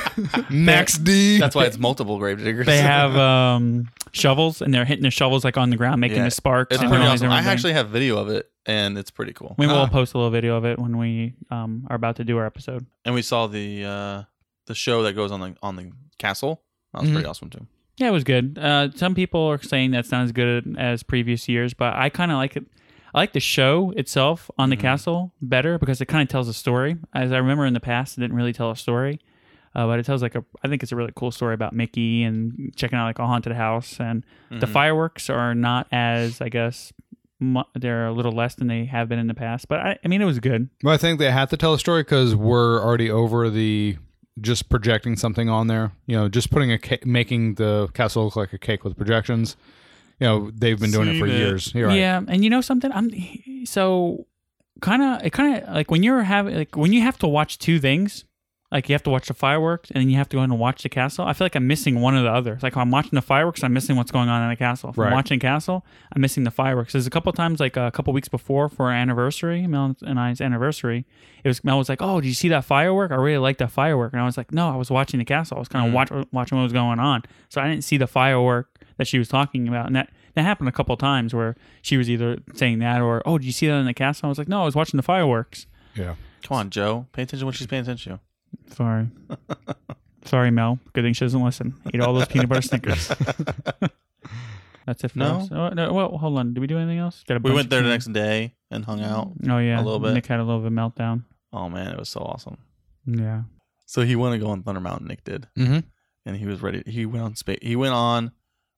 Speaker 4: Max D.
Speaker 3: That's why it's multiple grave diggers.
Speaker 1: they have um shovels, and they're hitting the shovels like on the ground, making
Speaker 3: Yeah.
Speaker 1: the sparks.
Speaker 3: It's
Speaker 1: and
Speaker 3: pretty
Speaker 1: all these
Speaker 3: awesome. I
Speaker 1: different things.
Speaker 3: actually Uh-huh. have video of it, and it's pretty cool.
Speaker 1: We will
Speaker 4: Ah.
Speaker 1: post a little video of it when we um, are about to do our episode.
Speaker 3: And we saw the uh, the show that goes on the on the castle. That was
Speaker 1: Mm-hmm.
Speaker 3: pretty awesome too.
Speaker 1: Yeah, it was good. Uh, some people are saying that's not as good as previous years, but I kind of like it. I like the show itself on
Speaker 4: Mm-hmm.
Speaker 1: the castle better because it kind of tells a story. As I remember in the past, it didn't really tell a story, uh, but it tells like a. I think it's a really cool story about Mickey and checking out like a haunted house, and
Speaker 4: Mm-hmm.
Speaker 1: the fireworks are not as I guess mu- they're a little less than they have been in the past. But I, I mean, it was good.
Speaker 4: Well, I think they have to tell a story because we're already over the just projecting something on there. You know, just putting a ca- making the castle look like a cake with projections. You know, they've been doing it for
Speaker 3: Seen it.
Speaker 4: years. You're right.
Speaker 1: Yeah, and you know something? I'm so kind of it kind of like when you're having like when you have to watch two things, like you have to watch the fireworks and then you have to go in and watch the castle. I feel like I'm missing one or the other. It's like I'm watching the fireworks, I'm missing what's going on in the castle. If
Speaker 4: Right.
Speaker 1: I'm watching castle, I'm missing the fireworks. There's a couple times like a couple weeks before for our anniversary, Mel and I's anniversary, it was Mel was like, "Oh, did you see that firework? I really like that firework." And I was like, "No, I was watching the castle. I was kind of watch, watching what was going on, so I didn't see the firework that she was talking about." And that that happened a couple of times where she was either saying that or, "Oh, did you see that in the castle?" I was like, "No, I was watching the fireworks."
Speaker 4: Yeah.
Speaker 3: Come on, Joe. Pay attention to what she's paying attention to.
Speaker 1: Sorry, sorry, Mel. Good thing she doesn't listen. Eat all those peanut butter Snickers. That's it for
Speaker 3: No?
Speaker 1: us. Oh, no, well, hold on. Did we do anything else? Got a
Speaker 3: We
Speaker 1: bunch
Speaker 3: went
Speaker 1: of
Speaker 3: there the
Speaker 1: emails.
Speaker 3: next day and hung out.
Speaker 1: Oh yeah,
Speaker 3: a little bit.
Speaker 1: Nick had a little bit of meltdown.
Speaker 3: Oh man, it was so awesome.
Speaker 1: Yeah.
Speaker 3: So he wanted to go on Thunder Mountain. Nick did,
Speaker 4: Mhm.
Speaker 3: and he was ready. He went on space. He went on.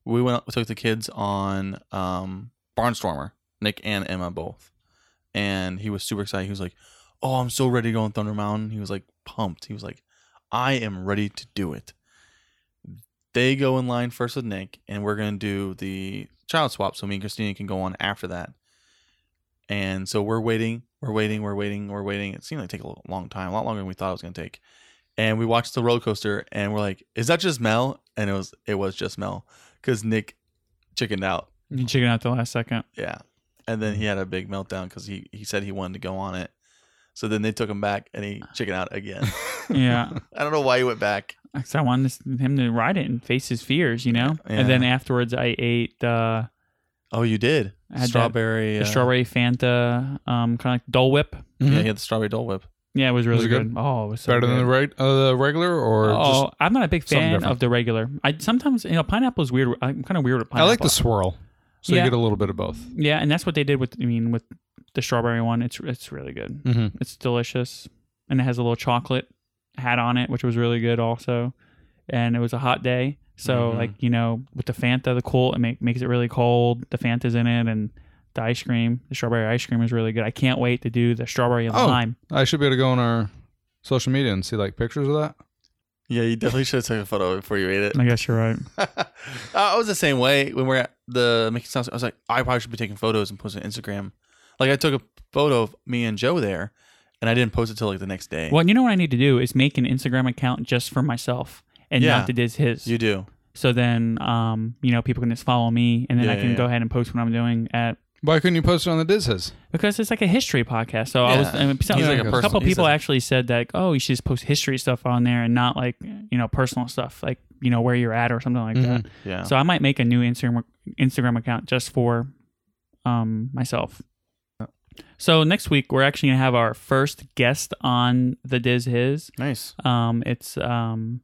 Speaker 3: We went. We took the kids on um, Barnstormer. Nick and Emma both, and he was super excited. He was like, "Oh, I'm so ready to go on Thunder Mountain." He was like pumped. He was like, "I am ready to do it." They go in line first with Nick, and we're gonna do the child swap, so me and Christina can go on after that. And so we're waiting, we're waiting, we're waiting, we're waiting. It seemed like it take a long time, a lot longer than we thought it was gonna take and we watched the roller coaster and we're like, is that just Mel? And it was it was just Mel because Nick chickened out.
Speaker 1: You chicken out the last second.
Speaker 3: Yeah. And then he had a big meltdown because he, he said he wanted to go on it. So then they took him back and he chickened out again.
Speaker 1: Yeah.
Speaker 3: I don't know why he went back.
Speaker 1: Because I wanted this, him to ride it and face his fears, you know?
Speaker 3: Yeah.
Speaker 1: And then afterwards, I ate uh,
Speaker 3: Oh, you did.
Speaker 1: I had that-
Speaker 3: strawberry.
Speaker 1: the
Speaker 3: uh,
Speaker 1: strawberry Mm-hmm. Fanta, um, kind of like Dole Whip.
Speaker 3: Yeah,
Speaker 4: Mhm.
Speaker 3: he had the strawberry Dole Whip.
Speaker 1: Yeah, it was really
Speaker 4: Was it
Speaker 1: good?
Speaker 4: good?
Speaker 1: Oh, it was so
Speaker 4: Better
Speaker 1: good.
Speaker 4: than the reg- uh, the regular or
Speaker 1: Oh,
Speaker 4: just
Speaker 1: I'm not a big
Speaker 4: something
Speaker 1: fan
Speaker 4: different?
Speaker 1: of the regular. I sometimes, you know, pineapple is weird. I'm kind of weird with
Speaker 4: I
Speaker 1: pineapple.
Speaker 4: like the swirl. So
Speaker 1: Yeah.
Speaker 4: you get a little bit of both.
Speaker 1: Yeah, and that's what they did with, I mean, with the strawberry one. It's it's really good.
Speaker 4: Mhm.
Speaker 1: It's delicious. And it has a little chocolate hat on it, which was really good also. And it was a hot day. So,
Speaker 3: Mhm.
Speaker 1: like, you know, with the Fanta, the cool, it make, makes it really cold. The Fanta's in it and the ice cream, the strawberry ice cream is really good. I can't wait to do the strawberry and
Speaker 4: Oh.
Speaker 1: lime.
Speaker 4: I should be able to go on our social media and see like pictures of that.
Speaker 3: Yeah, you definitely should have taken a photo before you ate it.
Speaker 1: I guess you're right.
Speaker 3: I was the same way when we we're at the Mickey's house. I was like, I probably should be taking photos and posting on Instagram. Like I took a photo of me and Joe there, and I didn't post it till like the next day.
Speaker 1: Well, you know what I need to do is make an Instagram account just for myself and
Speaker 3: Yeah.
Speaker 1: not to diz his.
Speaker 3: You do.
Speaker 1: so then, um, you know, people can just follow me and then
Speaker 3: Yeah,
Speaker 1: I
Speaker 3: yeah,
Speaker 1: can
Speaker 3: yeah.
Speaker 1: go ahead and post what I'm doing at
Speaker 4: Why couldn't you post it on the Diz's?
Speaker 1: because it's like a history podcast. So I
Speaker 3: Yeah.
Speaker 1: was, I mean,
Speaker 3: He's
Speaker 1: some-
Speaker 4: like a
Speaker 1: a,
Speaker 4: personal-
Speaker 1: couple
Speaker 3: he's
Speaker 1: people
Speaker 3: a-
Speaker 1: actually said that, oh, you should just post history stuff on there and not like, you know, personal stuff, like, you know, where you're at or something like that.
Speaker 3: Yeah.
Speaker 1: So I might make a new Instagram Instagram account just for um, myself. So next week we're actually gonna have our first guest on the Diz His.
Speaker 3: nice.
Speaker 1: Um, it's um,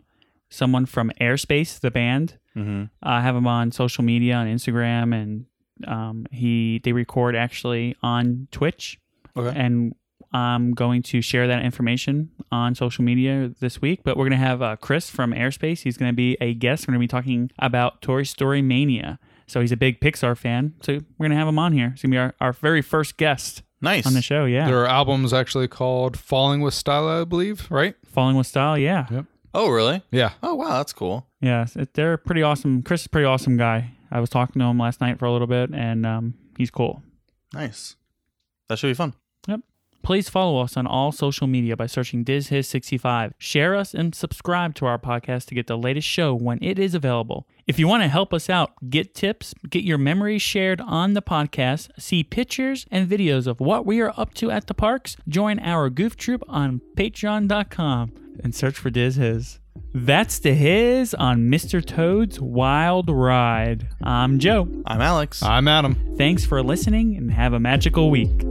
Speaker 1: someone from Airspace, the band.
Speaker 3: Mm-hmm.
Speaker 1: I have him on social media on Instagram, and um, he they record actually on Twitch.
Speaker 3: Okay.
Speaker 1: And I'm going to share that information on social media this week. But we're going to have uh, Chris from Airspace. He's going to be a guest. We're going to be talking about Toy Story Mania. So he's a big Pixar fan. So we're going to have him on here. He's going to be our, our very first guest
Speaker 3: Nice.
Speaker 1: on the show. Yeah.
Speaker 4: There are albums actually called Falling with Style, I believe, right?
Speaker 1: Falling with Style. Yeah.
Speaker 4: Yep.
Speaker 3: Oh, really?
Speaker 4: Yeah.
Speaker 3: Oh, wow. That's cool.
Speaker 1: Yeah, s- they're pretty awesome. Chris is a pretty awesome guy. I was talking to him last night for a little bit, and um, he's cool.
Speaker 3: Nice. That should be fun.
Speaker 1: Please follow us on all social media by searching DizHiz65. Share us and subscribe to our podcast to get the latest show when it is available. If you want to help us out, get tips, get your memories shared on the podcast, see pictures and videos of what we are up to at the parks, join our goof troop on patreon.com, and search for Diz His. That's the His on Mr. Toad's Wild Ride. I'm Joe.
Speaker 3: I'm Alex.
Speaker 4: I'm Adam.
Speaker 1: Thanks for listening and have a magical week.